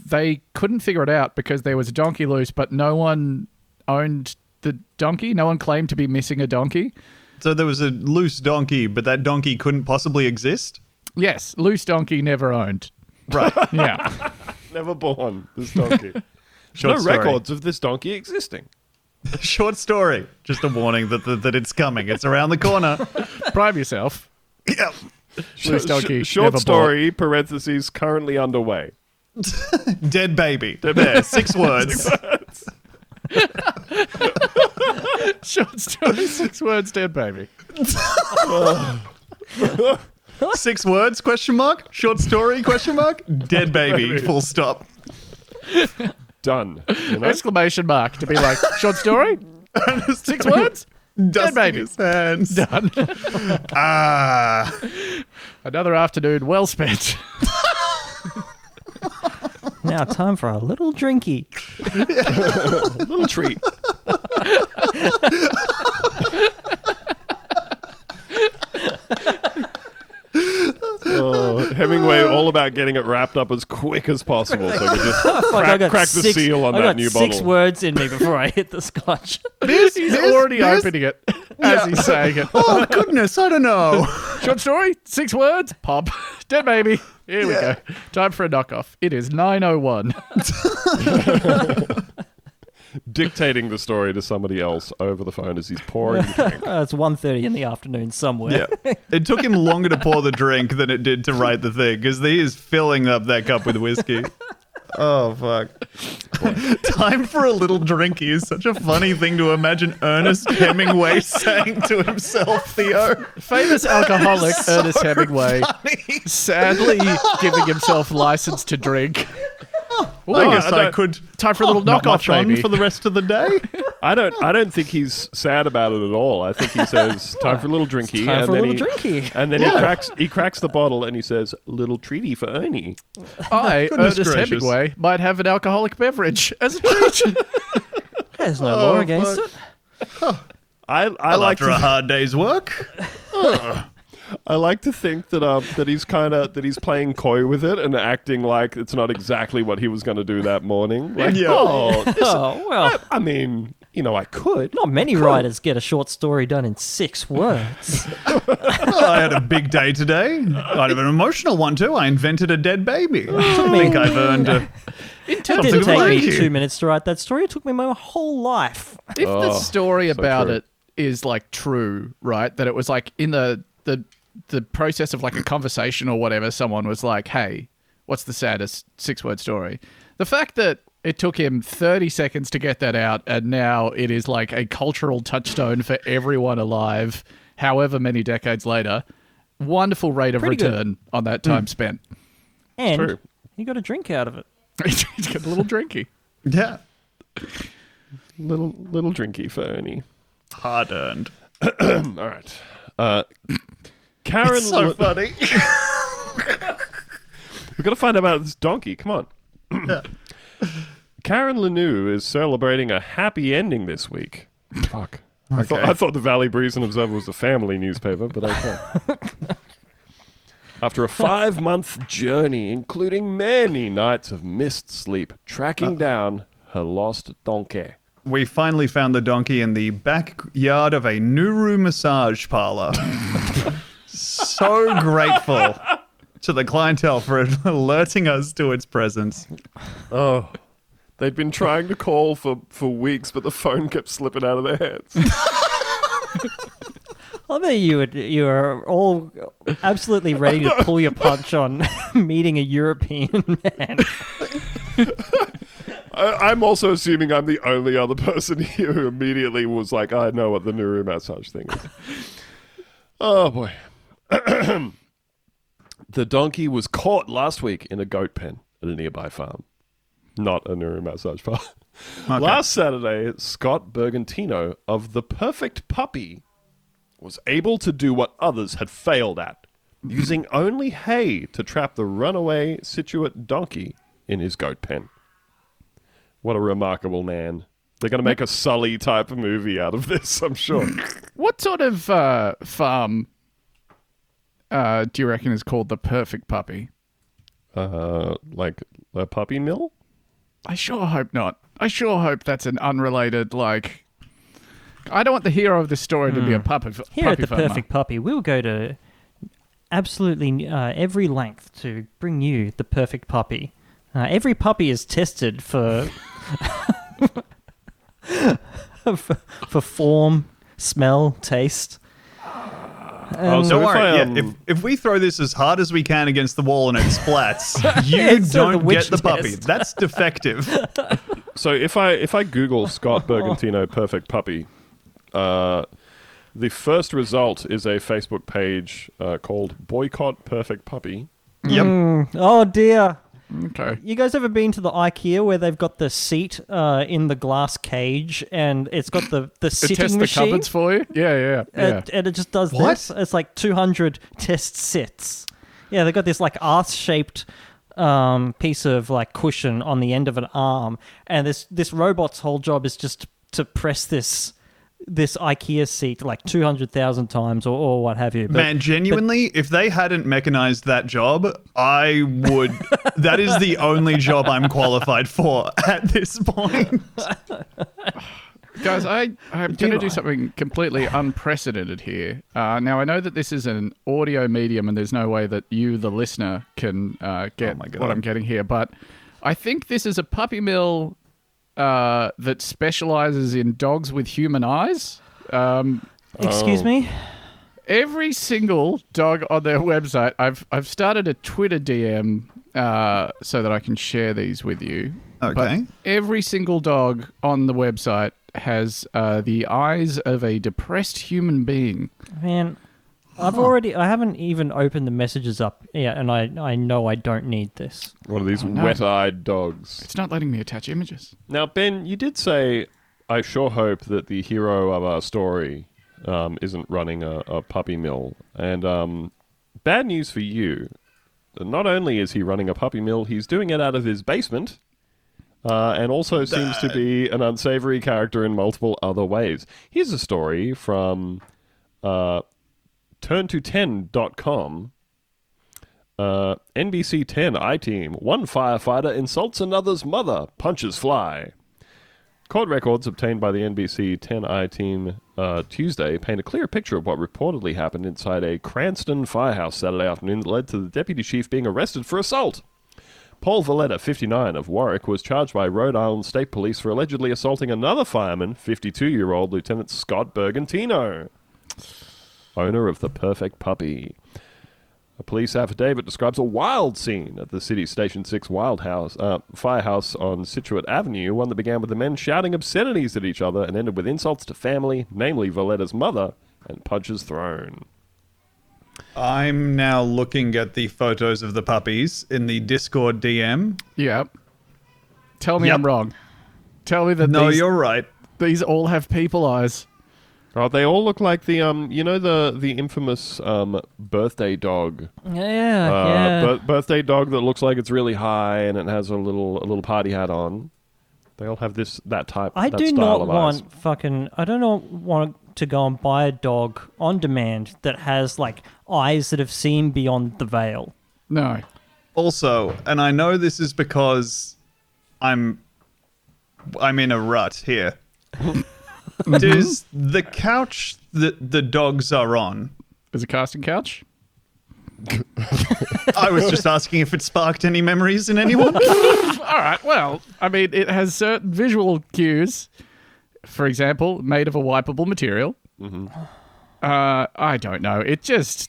they couldn't figure it out because there was a donkey loose, but no one owned the donkey. No one claimed to be missing a donkey. So there was a loose donkey, but that donkey couldn't possibly exist? Yes, loose donkey never owned. Right. Yeah. Never born, this donkey. Short no story. records of this donkey existing. Short story. Just a warning that, that, that it's coming. It's around the corner. Prime yourself. Yep. Loose donkey. Sh- short never bought. story, parentheses, currently underway. Dead baby. There, six words. Short story, six words, dead baby. Six words? Question mark. Short story? Question mark. Dead baby. Full stop. Done. You know? Exclamation mark to be like, short story, six words, Dusting baby. his hands. done. Ah. Another afternoon well spent. Now, time for a little drinky. little treat. oh, Hemingway, all about getting it wrapped up as quick as possible. So we just Fuck, I crack, got crack six, the seal on I that got new six bottle. words in me before I hit the scotch. He's already opening it as he's saying it. Oh goodness, I don't know. Short story, six words, pop, dead baby. Here we Yeah. go. Time for a knockoff. It is 9.01. Dictating the story to somebody else over the phone as he's pouring the drink. Uh, it's 1.30 in the afternoon somewhere. Yeah. It took him longer to pour the drink than it did to write the thing because he is filling up that cup with whiskey. Oh, fuck. Time for a little drinky is such a funny thing to imagine Ernest Hemingway saying to himself, Theo. Famous alcoholic Ernest Hemingway sadly giving himself license to drink. Ooh, I guess I, don't- could time for a little knock knockoff, Oh, much on baby. for the rest of the day. I don't. I don't think he's sad about it at all. I think he says, "Time for a little drinky," time and for a then little he, drinky. and then he cracks. He cracks the bottle and he says, "Little treaty for Ernie." I, Goodness Ernest gracious. Hemingway, might have an alcoholic beverage as a treat. There's Oh, no law against it. I, I Well, like After to, a hard day's work. I like to think that um that he's kind of that he's playing coy with it and acting like it's not exactly what he was going to do that morning. Like, Yeah. oh, this- Oh, well, I mean, you know, I could. not many writers get a short story done in six words. Well, Oh, I had a big day today. Kind of an emotional one, too. I invented a dead baby. I think I've earned a. It Something didn't take me like- two minutes to write that story. It took me my whole life. if the Oh, story about true. it is like true, right? That it was like in the the the process of like a conversation or whatever, someone was like, "Hey, what's the saddest six word story?" The fact that It took him 30 seconds to get that out, and now it is like a cultural touchstone for everyone alive, however many decades later. Wonderful rate of Pretty good. Mm. return on that time spent. and true. he got a drink out of it. He's got a little drinky. Yeah. Little little drinky for Ernie. Hard earned. All right. Uh, Karen, So Lu- funny. we've got to find out about this donkey. Come on. Karen Lanou is celebrating a happy ending this week. Fuck. I, thought, I thought the Valley Breeze and Observer was a family newspaper, but okay. After a five month journey, including many nights of missed sleep, tracking down her lost donkey. we finally found the donkey in the backyard of a Nuru massage parlor. so grateful to the clientele for alerting us to its presence. Oh. They'd been trying to call for, for weeks, but the phone kept slipping out of their hands. I bet you would, you are all absolutely ready to pull your punch on meeting a European man. I, I'm also assuming I'm the only other person here who immediately was like, I know what the neuro massage thing is. oh, boy. the donkey was caught last week in a goat pen at a nearby farm. Not a neuro massage farm. Last Saturday, Scott Bergantino of The Perfect Puppy was able to do what others had failed at, using only hay to trap the runaway Situate donkey in his goat pen. What a remarkable man. They're going to make a Sully type of movie out of this, I'm sure. What sort of uh, farm uh, do you reckon is called the perfect puppy? uh, like a puppy mill? I sure hope not. I sure hope that's an unrelated like. I don't want the hero of this story to be a puppy. Here puppy at Hmm. the farmer. Perfect Puppy, we'll go to absolutely uh, every length to bring you the perfect puppy. Uh, every puppy is tested for for, for form, smell, taste. oh, so Don't if worry. I, yeah, um, if, if we throw this as hard as we can against the wall and it splats, you It's sort of don't the get witch the puppy. test. That's defective. So if I if I Google Scott Bergantino perfect puppy, uh, the first result is a Facebook page uh, called Boycott Perfect Puppy. yep. Oh dear. Okay. You guys ever been to the IKEA where they've got the seat uh, in the glass cage and it's got the the It sitting tests the machine? Uh, cupboards for you. Yeah, yeah, yeah. and, and it just does What? this. It's like 200 test sits. Yeah, they've got this like arse-shaped um, piece of like cushion on the end of an arm, and this this robot's whole job is just to press this this IKEA seat like 200,000 times or, or what have you. But Man, genuinely, if they hadn't mechanized that job, I would. that is the only job I'm qualified for at this point. Guys, I, I'm going to do I? something completely unprecedented here. Uh, now, I know that this is an audio medium and there's no way that you, the listener, can uh, get Oh my God. what I'm getting here, but I think this is a puppy mill uh, that specializes in dogs with human eyes. Um, excuse me? every single dog on their website. I've I've started a Twitter DM uh, so that I can share these with you. Okay. But every single dog on the website has uh, the eyes of a depressed human being. Man, I've already I haven't even opened the messages up yet and I I know I don't need this. One of these wet-eyed dogs. It's not letting me attach images. Now, Ben, you did say, I sure hope that the hero of our story um, isn't running a, a puppy mill. And um, bad news for you. Not only is he running a puppy mill, he's doing it out of his basement. Uh, and also seems to be an unsavory character in multiple other ways. Here's a story from uh, turn210.com. Uh, NBC 10 I Team. One firefighter insults another's mother, punches fly. Court records obtained by the NBC 10 I Team uh, Tuesday paint a clear picture of what reportedly happened inside a Cranston firehouse Saturday afternoon that led to the deputy chief being arrested for assault. Paul Valletta, 59, of Warwick, was charged by Rhode Island State Police for allegedly assaulting another fireman, 52 year old Lieutenant Scott Bergantino, owner of the Perfect Puppy. A police affidavit describes a wild scene at the city's Station 6 wild house, uh, firehouse on Situate Avenue, one that began with the men shouting obscenities at each other and ended with insults to family, namely Valetta's mother, and punches thrown. I'm now looking at the photos of the puppies in the Discord DM. Yeah. Tell me Yep. I'm wrong. Tell me that No, these, you're right. these all have people eyes. Oh, they all look like the um, you know the the infamous um birthday dog, Yeah, uh, yeah. bir- birthday dog that looks like it's really high and it has a little a little party hat on. They all have this that type. I that do style not of eyes. want fucking. I do not want to go and buy a dog on demand that has like eyes that have seen beyond the veil. No. Also, and I know this is because I'm I'm in a rut here. Does the couch that the dogs are on? Is a casting couch? I was just asking if it sparked any memories in anyone. All right. Well, I mean, it has certain visual cues. For example, made of a wipeable material. Mm-hmm. Uh, I don't know. It just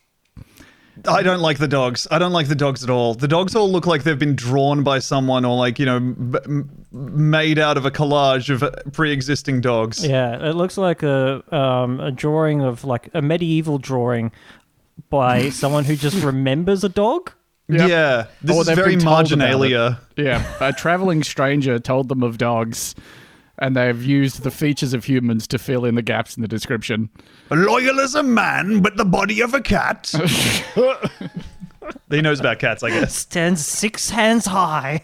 I don't like the dogs. I don't like the dogs at all. The dogs all look like they've been drawn by someone or like, you know, m- m- made out of a collage of uh, pre-existing dogs. Yeah, it looks like a um, a drawing of like a medieval drawing by someone who just remembers a dog. Yep. Yeah. This Or is they've very uh, been told about marginalia. yeah. a traveling stranger told them of dogs, and they've used the features of humans to fill in the gaps in the description. Loyal as a man, but the body of a cat. he knows about cats, I guess. Stands six hands high.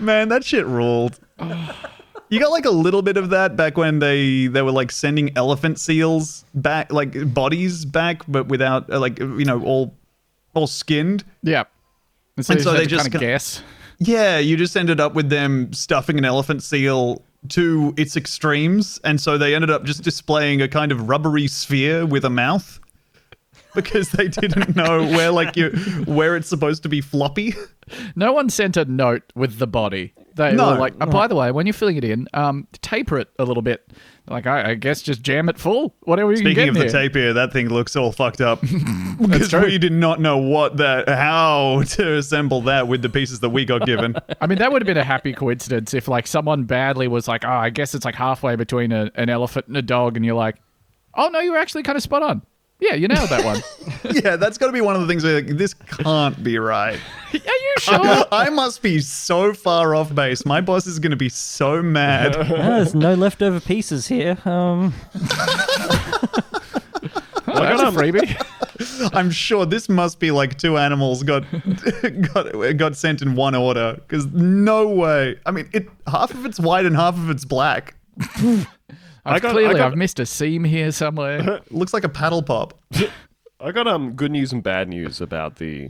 Man, that shit ruled. You got like a little bit of that back when they they were like sending elephant seals back, like bodies back, but without uh, like you know all all skinned. Yeah. And so, And they so just, they just kind of con- guess. Yeah, you just ended up with them stuffing an elephant seal to its extremes, and so they ended up just displaying a kind of rubbery sphere with a mouth because they didn't know where like you where it's supposed to be floppy. No one sent a note with the body. They No. were like, oh, by the way, when you're filling it in, um, taper it a little bit. Like, I, I guess just jam it full. Whatever you Speaking can of get in the here. tapir, that thing looks all fucked up because true. we did not know what that how to assemble that with the pieces that we got given. I mean, that would have been a happy coincidence if, like, someone badly was like, oh, I guess it's like halfway between a, an elephant and a dog, and you're like, oh, no, you were actually kind of spot on. Yeah, you nailed that one. yeah, that's got to be one of the things where like, this can't be right. Are you sure? I must be so far off base. My boss is going to be so mad. Ah, there's no leftover pieces here. Um, Well, that's a freebie. I'm sure this must be like two animals got got got sent in one order because no way. I mean, it half of it's white and half of it's black. I've got- I clearly, got- I've missed a seam here somewhere. It looks like a paddle pop. I got um good news and bad news about the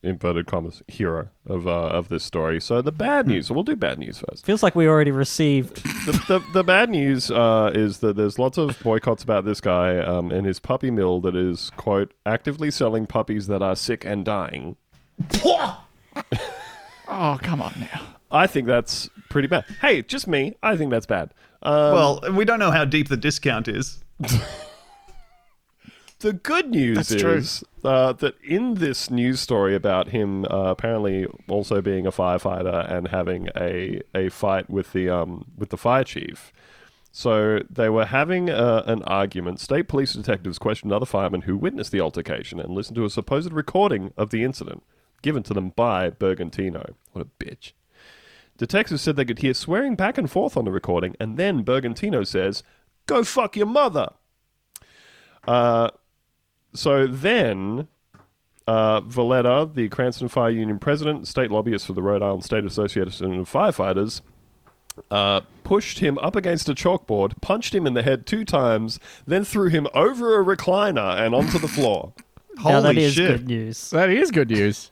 inverted commas hero of uh, of this story. So the bad news. So we'll do bad news first. feels like we already received. the, the, the bad news uh, is that there's lots of boycotts about this guy um, and his puppy mill that is quote actively selling puppies that are sick and dying. Oh, come on now. I think that's pretty bad. Hey, just me. I think that's bad. Um, well, we don't know how deep the discount is. the good news true. is uh, that in this news story about him uh, apparently also being a firefighter and having a, a fight with the um, with the fire chief. So they were having uh, an argument. State police detectives questioned other firemen who witnessed the altercation and listened to a supposed recording of the incident given to them by Bergantino. What a bitch. Detectives said they could hear swearing back and forth on the recording, and then Bergantino says, Go fuck your mother. So then, uh, Valletta, the Cranston Fire Union president, state lobbyist for the Rhode Island State Association of Firefighters, uh, pushed him up against a chalkboard, punched him in the head two times, then threw him over a recliner and onto the floor. now that Holy is shit. good news. That is good news.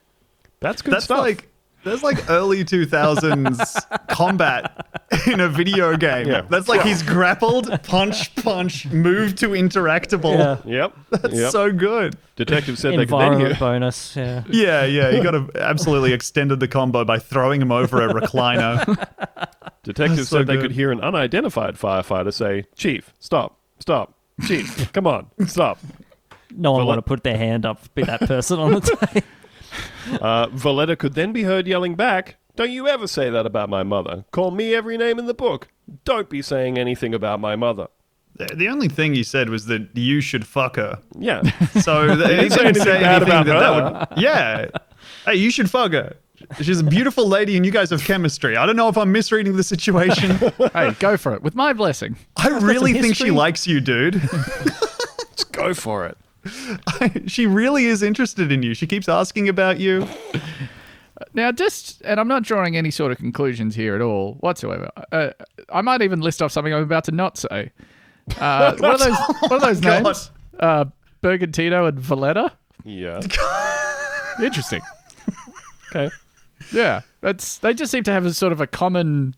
That's good That's stuff. like that's like early 2000s combat in a video game. Yeah. That's like he's grappled, punch, punch, move to interactable. Yeah. yep. That's yep. so good. Detective said they could then Environment hear. bonus. Yeah. Yeah, yeah. You got to absolutely extended the combo by throwing him over a recliner. Detectives That's so said they good. could hear an unidentified firefighter say, Chief, stop, stop, Chief, come on, stop. No one Well, uh, want to like- put their hand up, be that person on the tape. Uh, Valletta could then be heard yelling back, Don't you ever say that about my mother. Call me every name in the book. Don't be saying anything about my mother. The the only thing you said was that you should fuck her. Yeah. So th- he didn't say didn't anything say bad anything about that, that would. Yeah. Hey, you should fuck her. She's a beautiful lady, and you guys have chemistry. I don't know if I'm misreading the situation. hey, go for it with my blessing. I really some think she history. likes you, dude. Let's go for it. she really is interested in you. She keeps asking about you. Now, just and I'm not drawing any sort of conclusions here at all whatsoever. Uh, I might even list off something I'm about to not say. Uh, what are those? What are those God. names? Uh, Bergantino and Valletta. Yeah. Interesting. Okay. Yeah, that's they just seem to have a sort of a common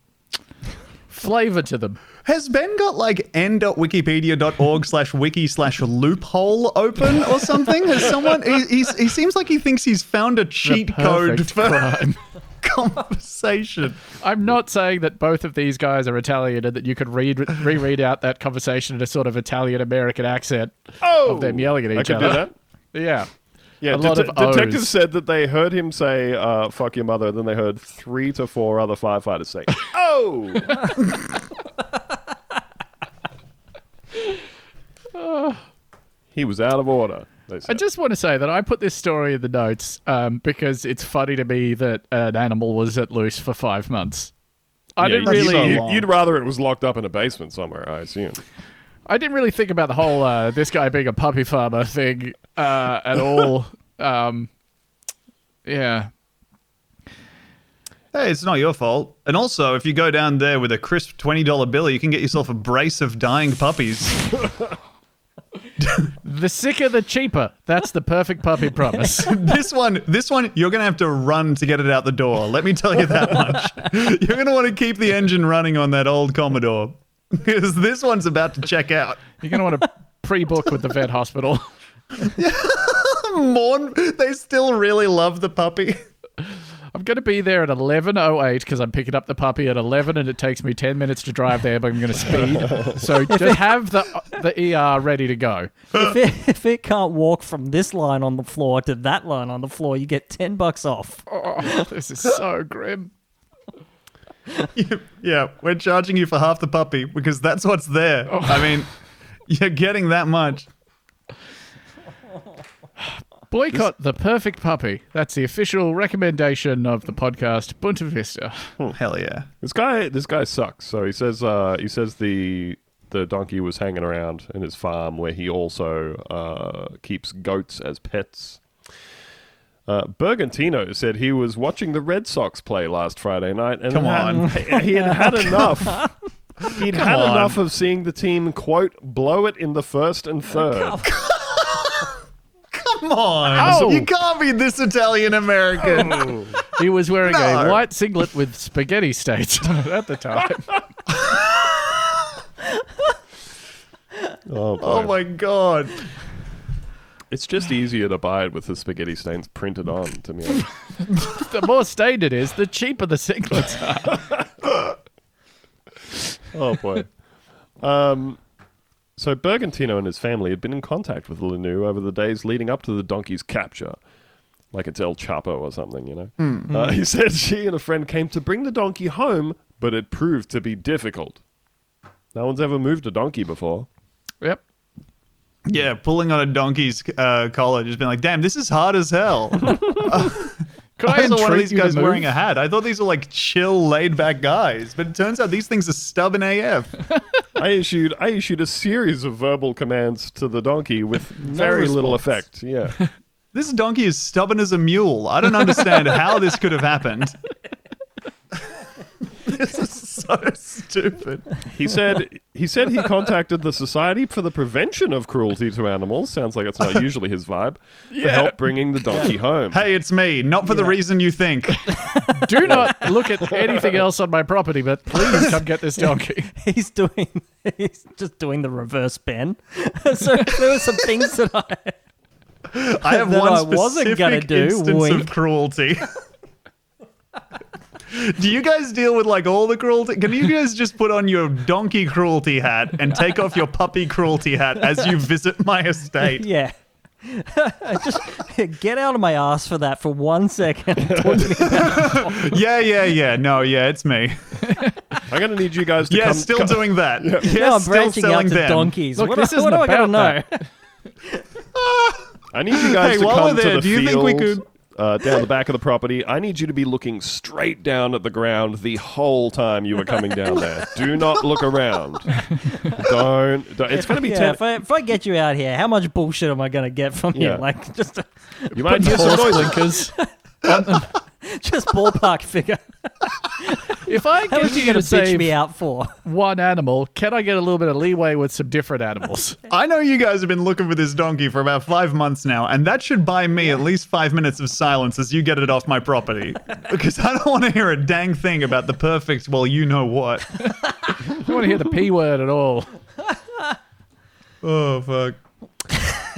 flavor to them. Has Ben got like n.wikipedia.org slash wiki slash loophole open or something? Has someone. He, he's, he seems like he thinks he's found a cheat code perfect for conversation. I'm not saying that both of these guys are Italian and that you could read reread out that conversation in a sort of Italian American accent. Oh! them yelling at I each could other. do that. Yeah. Yeah, A lot det- of detectives O's. said that they heard him say uh, "fuck your mother," then they heard three to four other firefighters say, "Oh." he was out of order. They I said. just want to say that I put this story in the notes um, because it's funny to me that an animal was at loose for five months. I Yeah, didn't you- really, so you- long. You'd rather it was locked up in a basement somewhere, I assume. I didn't really think about the whole uh, this guy being a puppy farmer thing uh, at all. um, yeah, Hey, it's not your fault. And also, if you go down there with a crisp $20 bill, you can get yourself a brace of dying puppies. the sicker the cheaper. That's the perfect puppy promise. this one, this one, you're going to have to run to get it out the door. Let me tell you that much. you're going to want to keep the engine running on that old Commodore because this one's about to check out. You're gonna want to pre-book with the vet hospital. Mourn, they still really love the puppy. I'm gonna be there at 11:08 because I'm picking up the puppy at 11, and it takes me 10 minutes to drive there, but I'm gonna speed. So just have the the ER ready to go. if, it, if it can't walk from this line on the floor to that line on the floor, you get 10 bucks off. Oh, this is so grim. yeah, we're charging you for half the puppy because that's what's there. Oh. I mean, you're getting that much. Boycott the perfect puppy. That's the official recommendation of the podcast Bunta Vista. Oh, Hell yeah. This guy, this guy sucks. So he says, uh, he says the the donkey was hanging around in his farm where he also uh, keeps goats as pets. Uh, Bergantino said he was watching the Red Sox play last Friday night, and Come had- on. he had had enough. He'd had on. enough of seeing the team quote blow it in the first and third. Come on. Ow. You can't be this Italian American. Oh. He was wearing No. a white singlet with spaghetti stains on it at the time. Oh, boy. Oh my god. It's just easier to buy it with the spaghetti stains printed on. To me, the more stained it is, the cheaper the singlets are. Oh boy. um, so Bergantino and his family had been in contact with Lanou over the days leading up to the donkey's capture, like it's El Chapo or something, you know. Uh, he said she and a friend came to bring the donkey home, but it proved to be difficult. No one's ever moved a donkey before. Yep. Yeah, pulling on a donkey's uh, collar, just being like, damn, this is hard as hell. Could I I saw one of entreat these you to guys move? wearing a hat. I thought these were like chill, laid back guys, but it turns out these things are stubborn AF. I issued I issued a series of verbal commands to the donkey with very little effect. Yeah. This donkey is stubborn as a mule. I don't understand how this could have happened. this is so stupid. He said he said he contacted the Society for the Prevention of Cruelty to Animals. Sounds like it's not usually his vibe. For help bringing the donkey home. Hey, it's me, not for the reason you think. Do not look at anything else on my property, but please come get this donkey. He's doing, he's just doing the reverse Ben. so there were some things that I, I have That one I specific wasn't gonna do, instance wink. of cruelty. do you guys deal with like all the cruelty? Can you guys just put on your donkey cruelty hat and take off your puppy cruelty hat as you visit my estate? yeah. Get out of my ass for that for one second. yeah, yeah, yeah. No, yeah, it's me. I'm going to need you guys to Yeah, come. still come- doing that. Yeah, now I'm still branching out selling to them. donkeys. Look, what this do, what isn't do I gotta know? about I need you guys Hey, to while come we're there, to the do you think field, we could- uh, down the back of the property. I need you to be looking straight down at the ground the whole time you were coming down there. Do not look around. don't, don't- It's going to be Yeah, ten. if I, if I get you out here, how much bullshit am I gonna get from Yeah. you? Like just a, You might hear some Horse noise. blinkers. Um, just ballpark figure. If I How much get are you you gonna to bitch me save out for? one animal, can I get a little bit of leeway with some different animals? I know you guys have been looking for this donkey for about five months now, and that should buy me at least five minutes of silence as you get it off my property. because I don't want to hear a dang thing about the perfect, well, you know what. I don't want to hear the p word at all. Oh, fuck.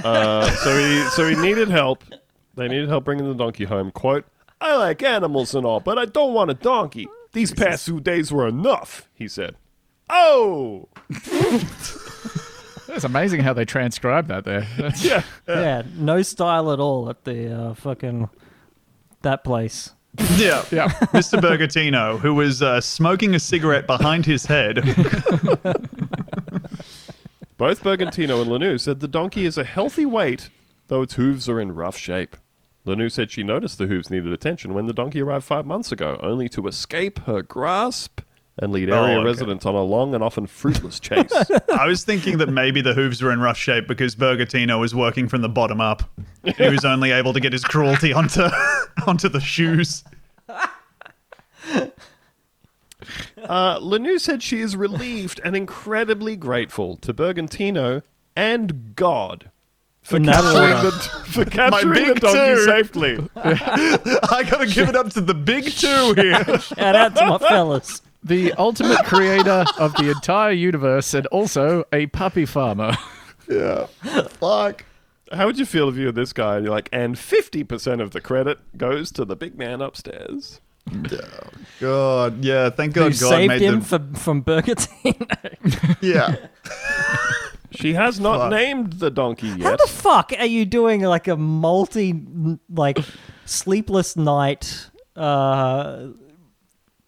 Uh, so he so he needed help. They needed help bringing the donkey home. Quote: I like animals and all, but I don't want a donkey. These past few days were enough," he said. Oh, It's amazing how they transcribe that there. That's- yeah. yeah, no style at all at the uh, fucking that place. Yeah. yeah. Mr. Bergatino, who was uh, smoking a cigarette behind his head. Both Bergantino and Lanou said the donkey is a healthy weight, though its hooves are in rough shape. Lanou said she noticed the hooves needed attention when the donkey arrived five months ago, only to escape her grasp and lead area okay. residents on a long and often fruitless chase. I was thinking that maybe the hooves were in rough shape because Bergatino was working from the bottom up. He was only able to get his cruelty onto onto the shoes. uh, Lanou said she is relieved and incredibly grateful to Bergantino and God for In that capturing, order. the, for capturing the big donkey two. safely. I gotta give it up to the big two here. Shout out to my fellas. The ultimate creator of the entire universe and also a puppy farmer. Fuck. How would you feel if you were this guy and you're like, and 50% of the credit goes to the big man upstairs? God, yeah. Thank Who God, God saved made him them. for, from Burger King? yeah. She has not Fuck. named the donkey yet. How the fuck are you doing like a multi, like, sleepless night, uh,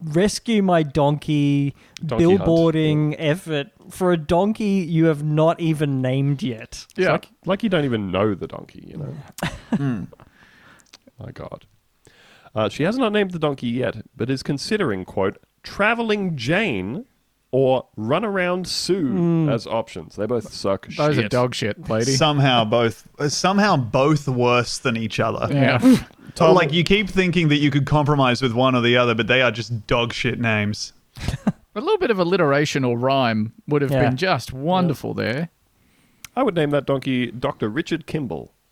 rescue my donkey, Donkey hunt. billboarding effort for a donkey you have not even named yet? It's Yeah. Like, like you don't even know the donkey, you know? Hmm. My God. Uh, she has not named the donkey yet, but is considering, quote, traveling Jane or runaround Sue Hmm. as options. They both suck Those shit. are dog shit, lady. Somehow both, uh, somehow both worse than each other. yeah. Or, like you keep thinking that you could compromise with one or the other, but they are just dog shit names. A little bit of alliteration or rhyme would have Yeah. been just wonderful there. I would name that donkey Dr. Richard Kimball.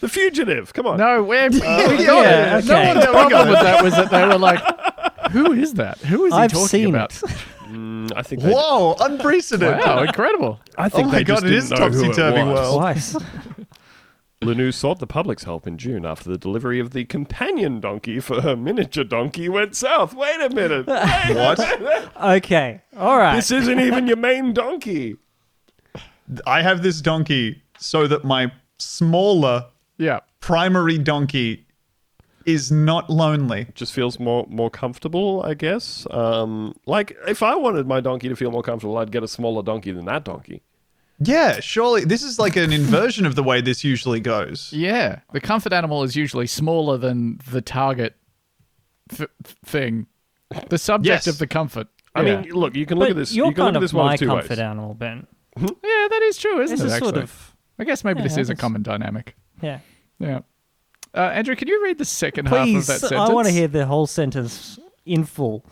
The fugitive. Come on. No, where we got yeah, it. No, okay. the problem with that was that they were like, "Who is that? Who is he I've talking seen about?" it. Mm, I think they, Whoa, unprecedented. Wow, incredible! I think Oh my they just God, it didn't is know who topsy-turvy it was. world. Twice. Lanou sought the public's help in June after the delivery of the companion donkey for her miniature donkey went south. Wait a minute. Wait a minute. okay. All right. This isn't even your main donkey. I have this donkey so that my smaller Yeah, primary donkey is not lonely. Just feels more more comfortable, I guess. Um, like if I wanted my donkey to feel more comfortable, I'd get a smaller donkey than that donkey. Yeah, surely this is like an inversion of the way this usually goes. yeah. The comfort animal is usually smaller than the target th- thing, the subject Yes. of the comfort. I yeah. mean, look, you can but look at this. you're You can look kind at of this one my of two comfort ways. animal, Ben. yeah, that is true, isn't This it? is sort actually? of I guess maybe this Yeah, is a it's- common dynamic. yeah. Yeah. Uh, Andrew, can you read the second Please, half of that sentence? I want to hear the whole sentence in full.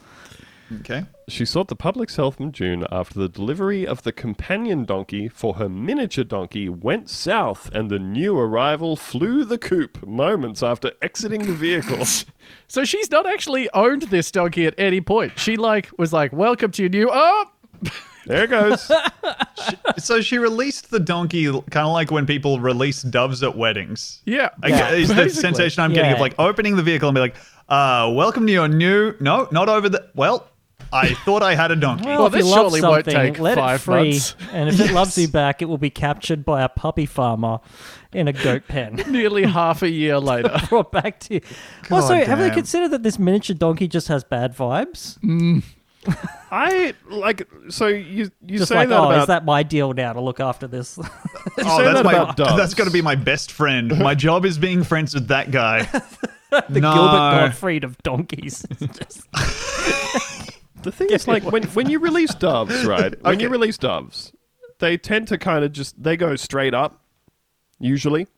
Okay. She sought the public's help in June after the delivery of the companion donkey for her miniature donkey went south and the new arrival flew the coop moments after exiting the vehicle. So she's not actually owned this donkey at any point. She like was like, "Welcome to your new oh." there it goes. So she released the donkey kind of like when people release doves at weddings. Yeah, I gu- Is the basically. sensation I'm getting of Yeah. like opening the vehicle and be like, uh, welcome to your new. No, not over the. Well, I thought I had a donkey. Well, if this you love surely won't something, take let five it free, months. and if it loves you back, it will be captured by a puppy farmer in a goat pen. Nearly half a year later. Brought back to you. also, have they damn. considered that this miniature donkey just has bad vibes? I like so you you Just say like, that oh, about is that my deal now to look after this? you oh, say that's that my about doves. that's got to be my best friend. My job is being friends with that guy. the no. Gilbert Gottfried of donkeys. The thing is, like when when you release doves, right? When you Okay. release doves, they tend to kind of just they go straight up, usually,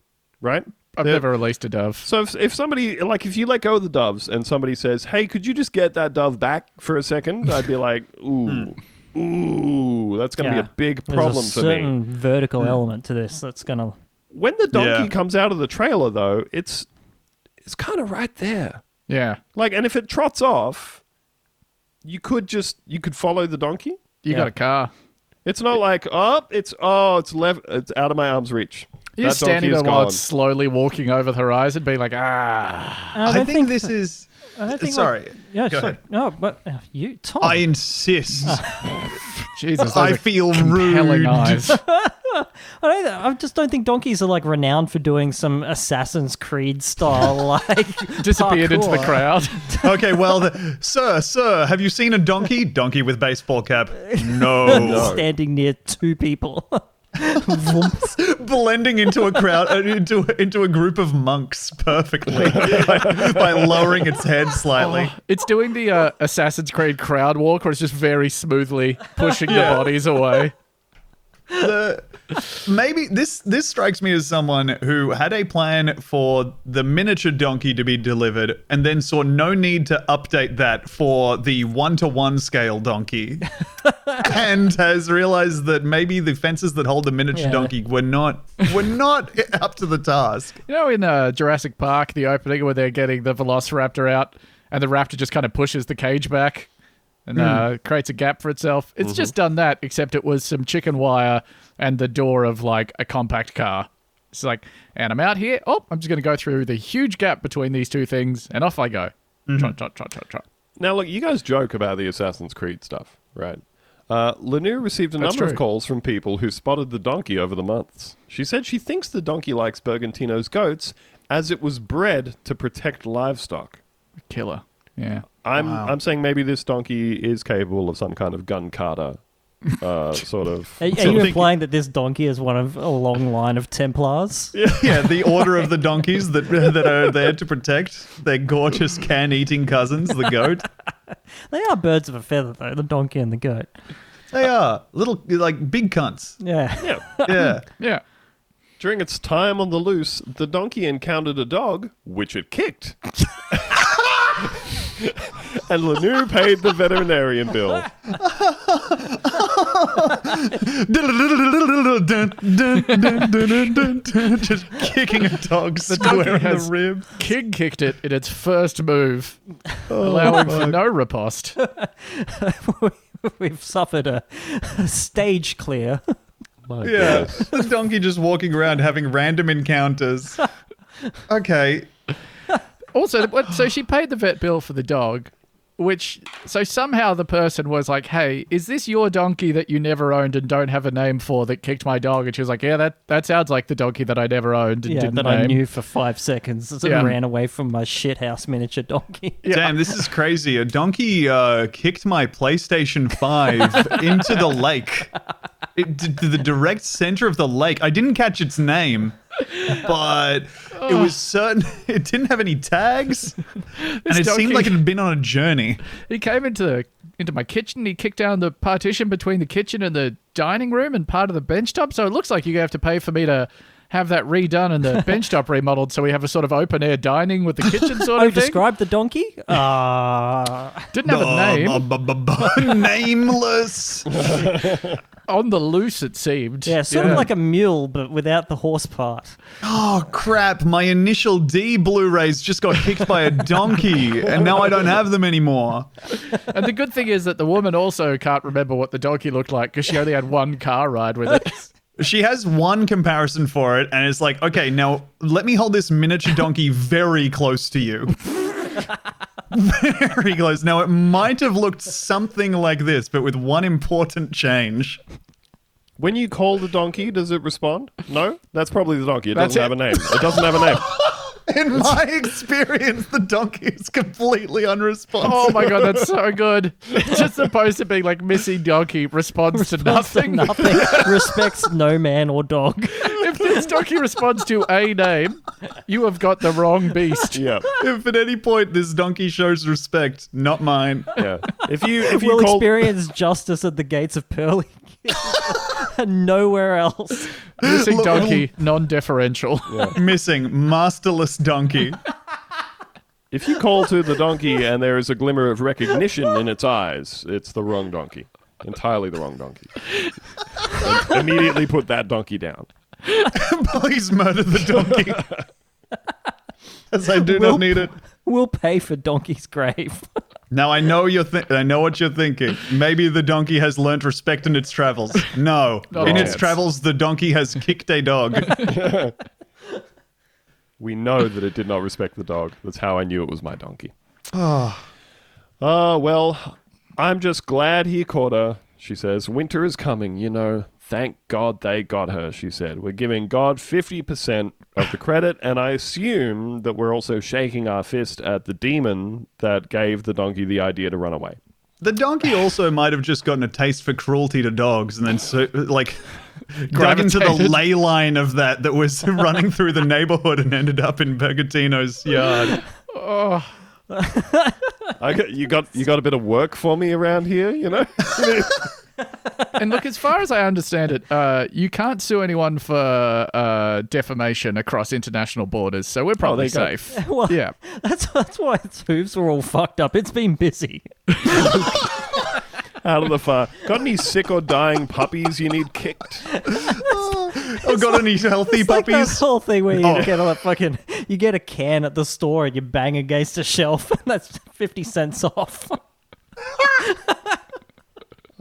right? I've They're- never released a dove. So if, if somebody like if you let go of the doves and somebody says, "Hey, could you just get that dove back for a second? I'd be like, "Ooh, ooh, that's going to Hmm. Yeah. be a big There's problem a for me." certain vertical element to this that's gonna. When the donkey Yeah. comes out of the trailer, though, it's it's kind of right there. Yeah. Like, and if it trots off, you could just you could follow the donkey. You Yeah. got a car. It's not like up. it's oh, it's left. It's out of my arms reach. You're That donkey standing there is while gone. it's slowly walking over the horizon, being like, ah. I, I don't think, think, this is. I don't think sorry. Like, yeah, Go sorry. ahead. No, but uh, you, Tom. I insist. Jesus, I those are feel compelling rude. eyes. I, don't, I just don't think donkeys are like renowned for doing some Assassin's Creed style like Disappeared into the parkour. crowd. Okay, well, the, sir, sir, have you seen a donkey? Donkey with baseball cap. No. standing near two people. Blending into a crowd, uh, into into a group of monks perfectly by, by lowering its head slightly. Oh, It's doing the uh, Assassin's Creed crowd walk, where it's just very smoothly pushing the bodies away. the maybe this this strikes me as someone who had a plan for the miniature donkey to be delivered and then saw no need to update that for the one to one scale donkey and has realized that maybe the fences that hold the miniature Yeah. donkey were not were not up to the task You know, in uh, Jurassic Park, the opening where they're getting the Velociraptor out, and the raptor just kind of pushes the cage back and uh, creates a gap for itself. It's just done that, except it was some chicken wire and the door of like a compact car. It's like, and I'm out here. Oh, I'm just going to go through the huge gap between these two things, and off I go. Trot, trot, trot, trot, trot. Now, look, you guys joke about the Assassin's Creed stuff, right? Uh, Lanu received a That's number true. of calls from people who spotted the donkey over the months. She said she thinks the donkey likes Bergantino's goats as it was bred to protect livestock. Killer. Yeah. I'm I'm saying maybe this donkey is capable of some kind of gun carter uh, sort of. Are, are you implying that this donkey is one of a long line of Templars? yeah the order of the donkeys that that are there to protect their gorgeous can eating cousins the goat They are birds of a feather, though the donkey and the goat. they are little like big cunts Yeah. Yeah. yeah Yeah. During its time on the loose, the donkey encountered a dog, which it kicked. and Lanu paid the veterinarian bill. Just kicking a dog square in the has- rib. King kicked it in its first move, allowing for no riposte. We've suffered a, a stage clear. My Yeah, goodness. the donkey just walking around having random encounters. Okay, Also, what, so she paid the vet bill for the dog, which so somehow the person was like, "Hey, is this your donkey that you never owned and don't have a name for that kicked my dog?" And she was like, "Yeah, that that sounds like the donkey that I never owned and Yeah, didn't that name." I knew for five seconds as Yeah. I ran away from my shithouse miniature donkey. damn, this is crazy. A donkey uh, kicked my PlayStation Five into the lake. It, d- d- the direct center of the lake. I didn't catch its name, but it was certain. It didn't have any tags, and donkey- it seemed like it had been on a journey. He came into into my kitchen. He kicked down the partition between the kitchen and the dining room and part of the bench top. So it looks like you have to pay for me to have that redone and the bench top remodeled. So we have a sort of open air dining with the kitchen sort Oh, of thing. describe the donkey? Ah. Didn't have a name. Um, bu- bu- bu- nameless. On the loose, it seemed. yeah, sort of like a mule, but without the horse part. Oh crap! My initial D Blu-rays just got kicked by a donkey, and now I don't have them anymore. And the good thing is that the woman also can't remember what the donkey looked like because she only had one car ride with it. She has one comparison for it, and it's like, okay, now let me hold this miniature donkey very close to you. Very close. Now, it might have looked something like this, but with one important change. When you call the donkey, does it respond? No? That's probably the donkey. It That's doesn't have a name. It doesn't have a name. In my experience, the donkey is completely unresponsive. Oh my god, that's so good. It's just opposed to being like missing donkey responds to nothing. Nothing respects no man or dog. if this donkey responds to a name, you have got the wrong beast. Yeah. If at any point this donkey shows respect, not mine. Yeah. If you if you Will call experience justice at the gates of Pearly and nowhere else. Missing donkey, um, non-deferential. Missing, masterless donkey. if you call to the donkey and there is a glimmer of recognition in its eyes, it's the wrong donkey. Entirely the wrong donkey. And immediately put that donkey down. Please murder the donkey. As I do Will- not need it. We'll pay for Donkey's grave. Now I know you're. Th- I know what you're thinking. Maybe the donkey has learned respect in its travels. No, Oh, Not in a its chance. travels, the donkey has kicked a dog. We know that it did not respect the dog. That's how I knew it was my donkey. Ah, well, I'm just glad he caught her, she says. Winter is coming, you know. Thank God they got her, she said. We're giving God 50% of the credit, and I assume that we're also shaking our fist at the demon that gave the donkey the idea to run away. the donkey also might have just gotten a taste for cruelty to dogs, and then so, like dug into the Gravitated. ley line of that that was running through the neighborhood and ended up in Bergatino's yard. I got, you, got, you got a bit of work for me around here, you know? And look, as far as I understand it, uh, you can't sue anyone for uh, defamation across international borders, so we're probably you go. safe. Well, Yeah. That's, that's why its hooves were all fucked up. It's been busy. Out of the fire. Got any sick or dying puppies you need kicked? Oh, got any healthy It's like that puppies? whole thing where you Oh. get a fucking, you get a can at the store and you bang against a shelf, and that's fifty cents off.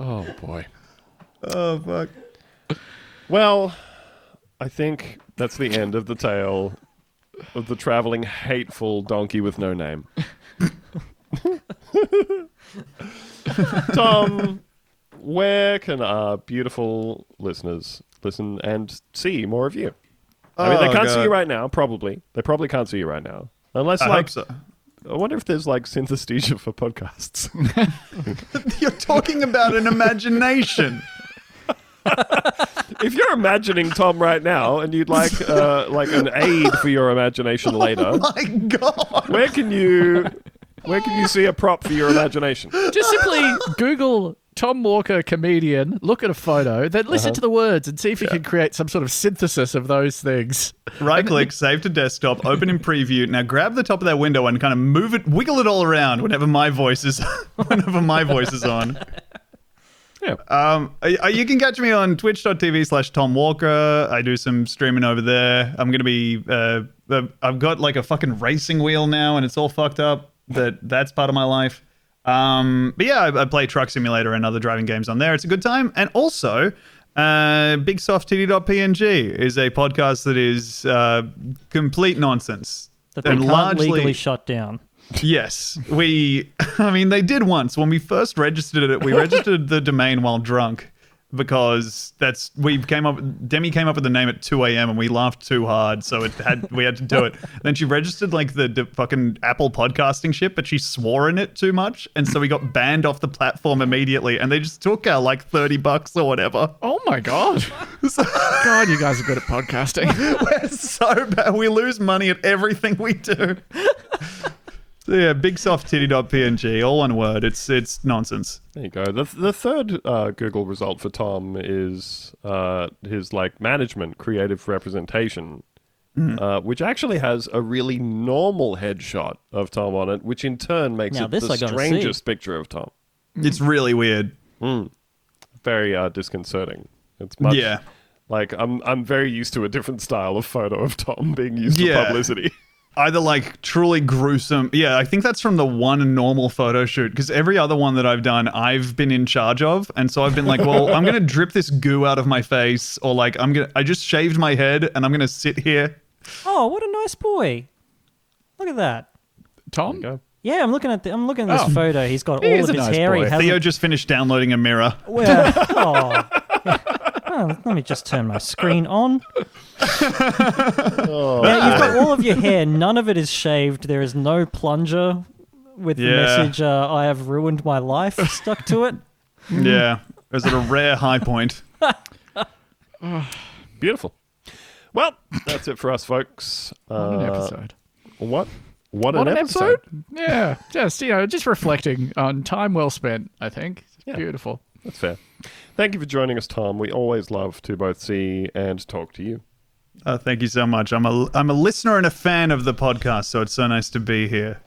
Oh, boy. Oh fuck! Well, I think that's the end of the tale of the traveling hateful donkey with no name. Tom, where can our beautiful listeners listen and see more of you? I mean, they Oh, can't see God. you right now, probably. They probably can't see you right now. Unless, I like, hope so. I wonder if there's like synesthesia for podcasts. You're talking about an imagination. if you're imagining Tom right now and you'd like uh, like an aid for your imagination later, My God. Where can you where can you see a prop for your imagination? Just simply Google Tom Walker comedian, look at a photo, then listen Uh-huh. to the words and see if you can create some sort of synthesis of those things. Right click, save to desktop, open in preview. Now grab the top of that window and kind of move it, wiggle it all around whenever my voice is whenever my voice is on. Yeah. Um, uh, you can catch me on twitch.tv slash Tom Walker. I do some streaming over there. I'm going to be, uh, uh, I've got like a fucking racing wheel now and it's all fucked up. That That's part of my life. Um, but yeah, I, I play Truck Simulator and other driving games on there. It's a good time. And also, uh, BigSoftTD.png is a podcast that is uh, complete nonsense. That they and can't largely, legally shut down. Yes, we. I mean, they did once when we first registered it. We registered the domain while drunk because that's we came up. Demi came up with the name at two a.m. and we laughed too hard, so it had we had to do it. Then she registered like the, the fucking Apple podcasting shit, but she swore in it too much, and so we got banned off the platform immediately. And they just took our like thirty bucks or whatever. Oh my god. god, you guys are good at podcasting. We're so bad. We lose money at everything we do. So yeah, bigsoftitty.png, all one word. It's it's nonsense. There you go. The, the third uh, Google result for Tom is uh, his like management creative representation, uh, which actually has a really normal headshot of Tom on it, which in turn makes Now it this the I gotta see. strangest picture of Tom. Mm-hmm. It's really weird. Very uh, disconcerting. It's much Yeah. like I'm I'm very used to a different style of photo of Tom being used Yeah. for publicity. Either like truly gruesome. Yeah, I think that's from the one normal photo shoot because every other one that I've done, I've been in charge of. And so I've been like, well, I'm going to drip this goo out of my face or like I'm going to, I just shaved my head and I'm going to sit here. Oh, what a nice boy! Look at that. Tom? Go. Yeah, I'm looking at the, I'm looking at this Oh. photo. He's got He all is of a his nice hair. boy. He hasn't Theo just finished downloading a mirror. Well, oh. Well, let me just turn my screen on. Yeah, you've got all of your hair. None of it is shaved. There is no plunger with the Yeah. message uh, "I have ruined my life" stuck to it. Yeah. It was at a rare high point. Beautiful. Well, that's it for us, folks. What an Uh, episode. What? What, What an, episode? Yeah. Just, you know, just reflecting on time well spent, I think. It's Yeah. Beautiful. That's fair. Thank you for joining us, Tom. We always love to both see and talk to you. Oh, thank you so much. I'm a I'm a listener and a fan of the podcast, so it's so nice to be here.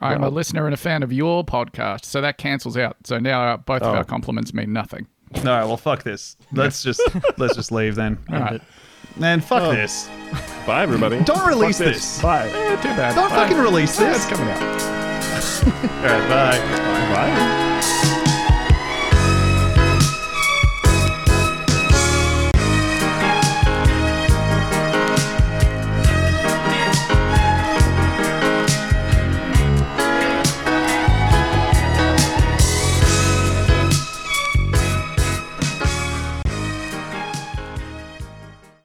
I'm a listener and a fan of your podcast, so that cancels out. So now our- both Oh. of our compliments mean nothing. All right, well, fuck this. Let's just let's just leave then. All right. Oh. And fuck this. Bye, everybody. Don't release Fuck this. Bye. Eh, too bad. Don't Bye. fucking release Yeah, it's this. coming out. All right, bye. Bye.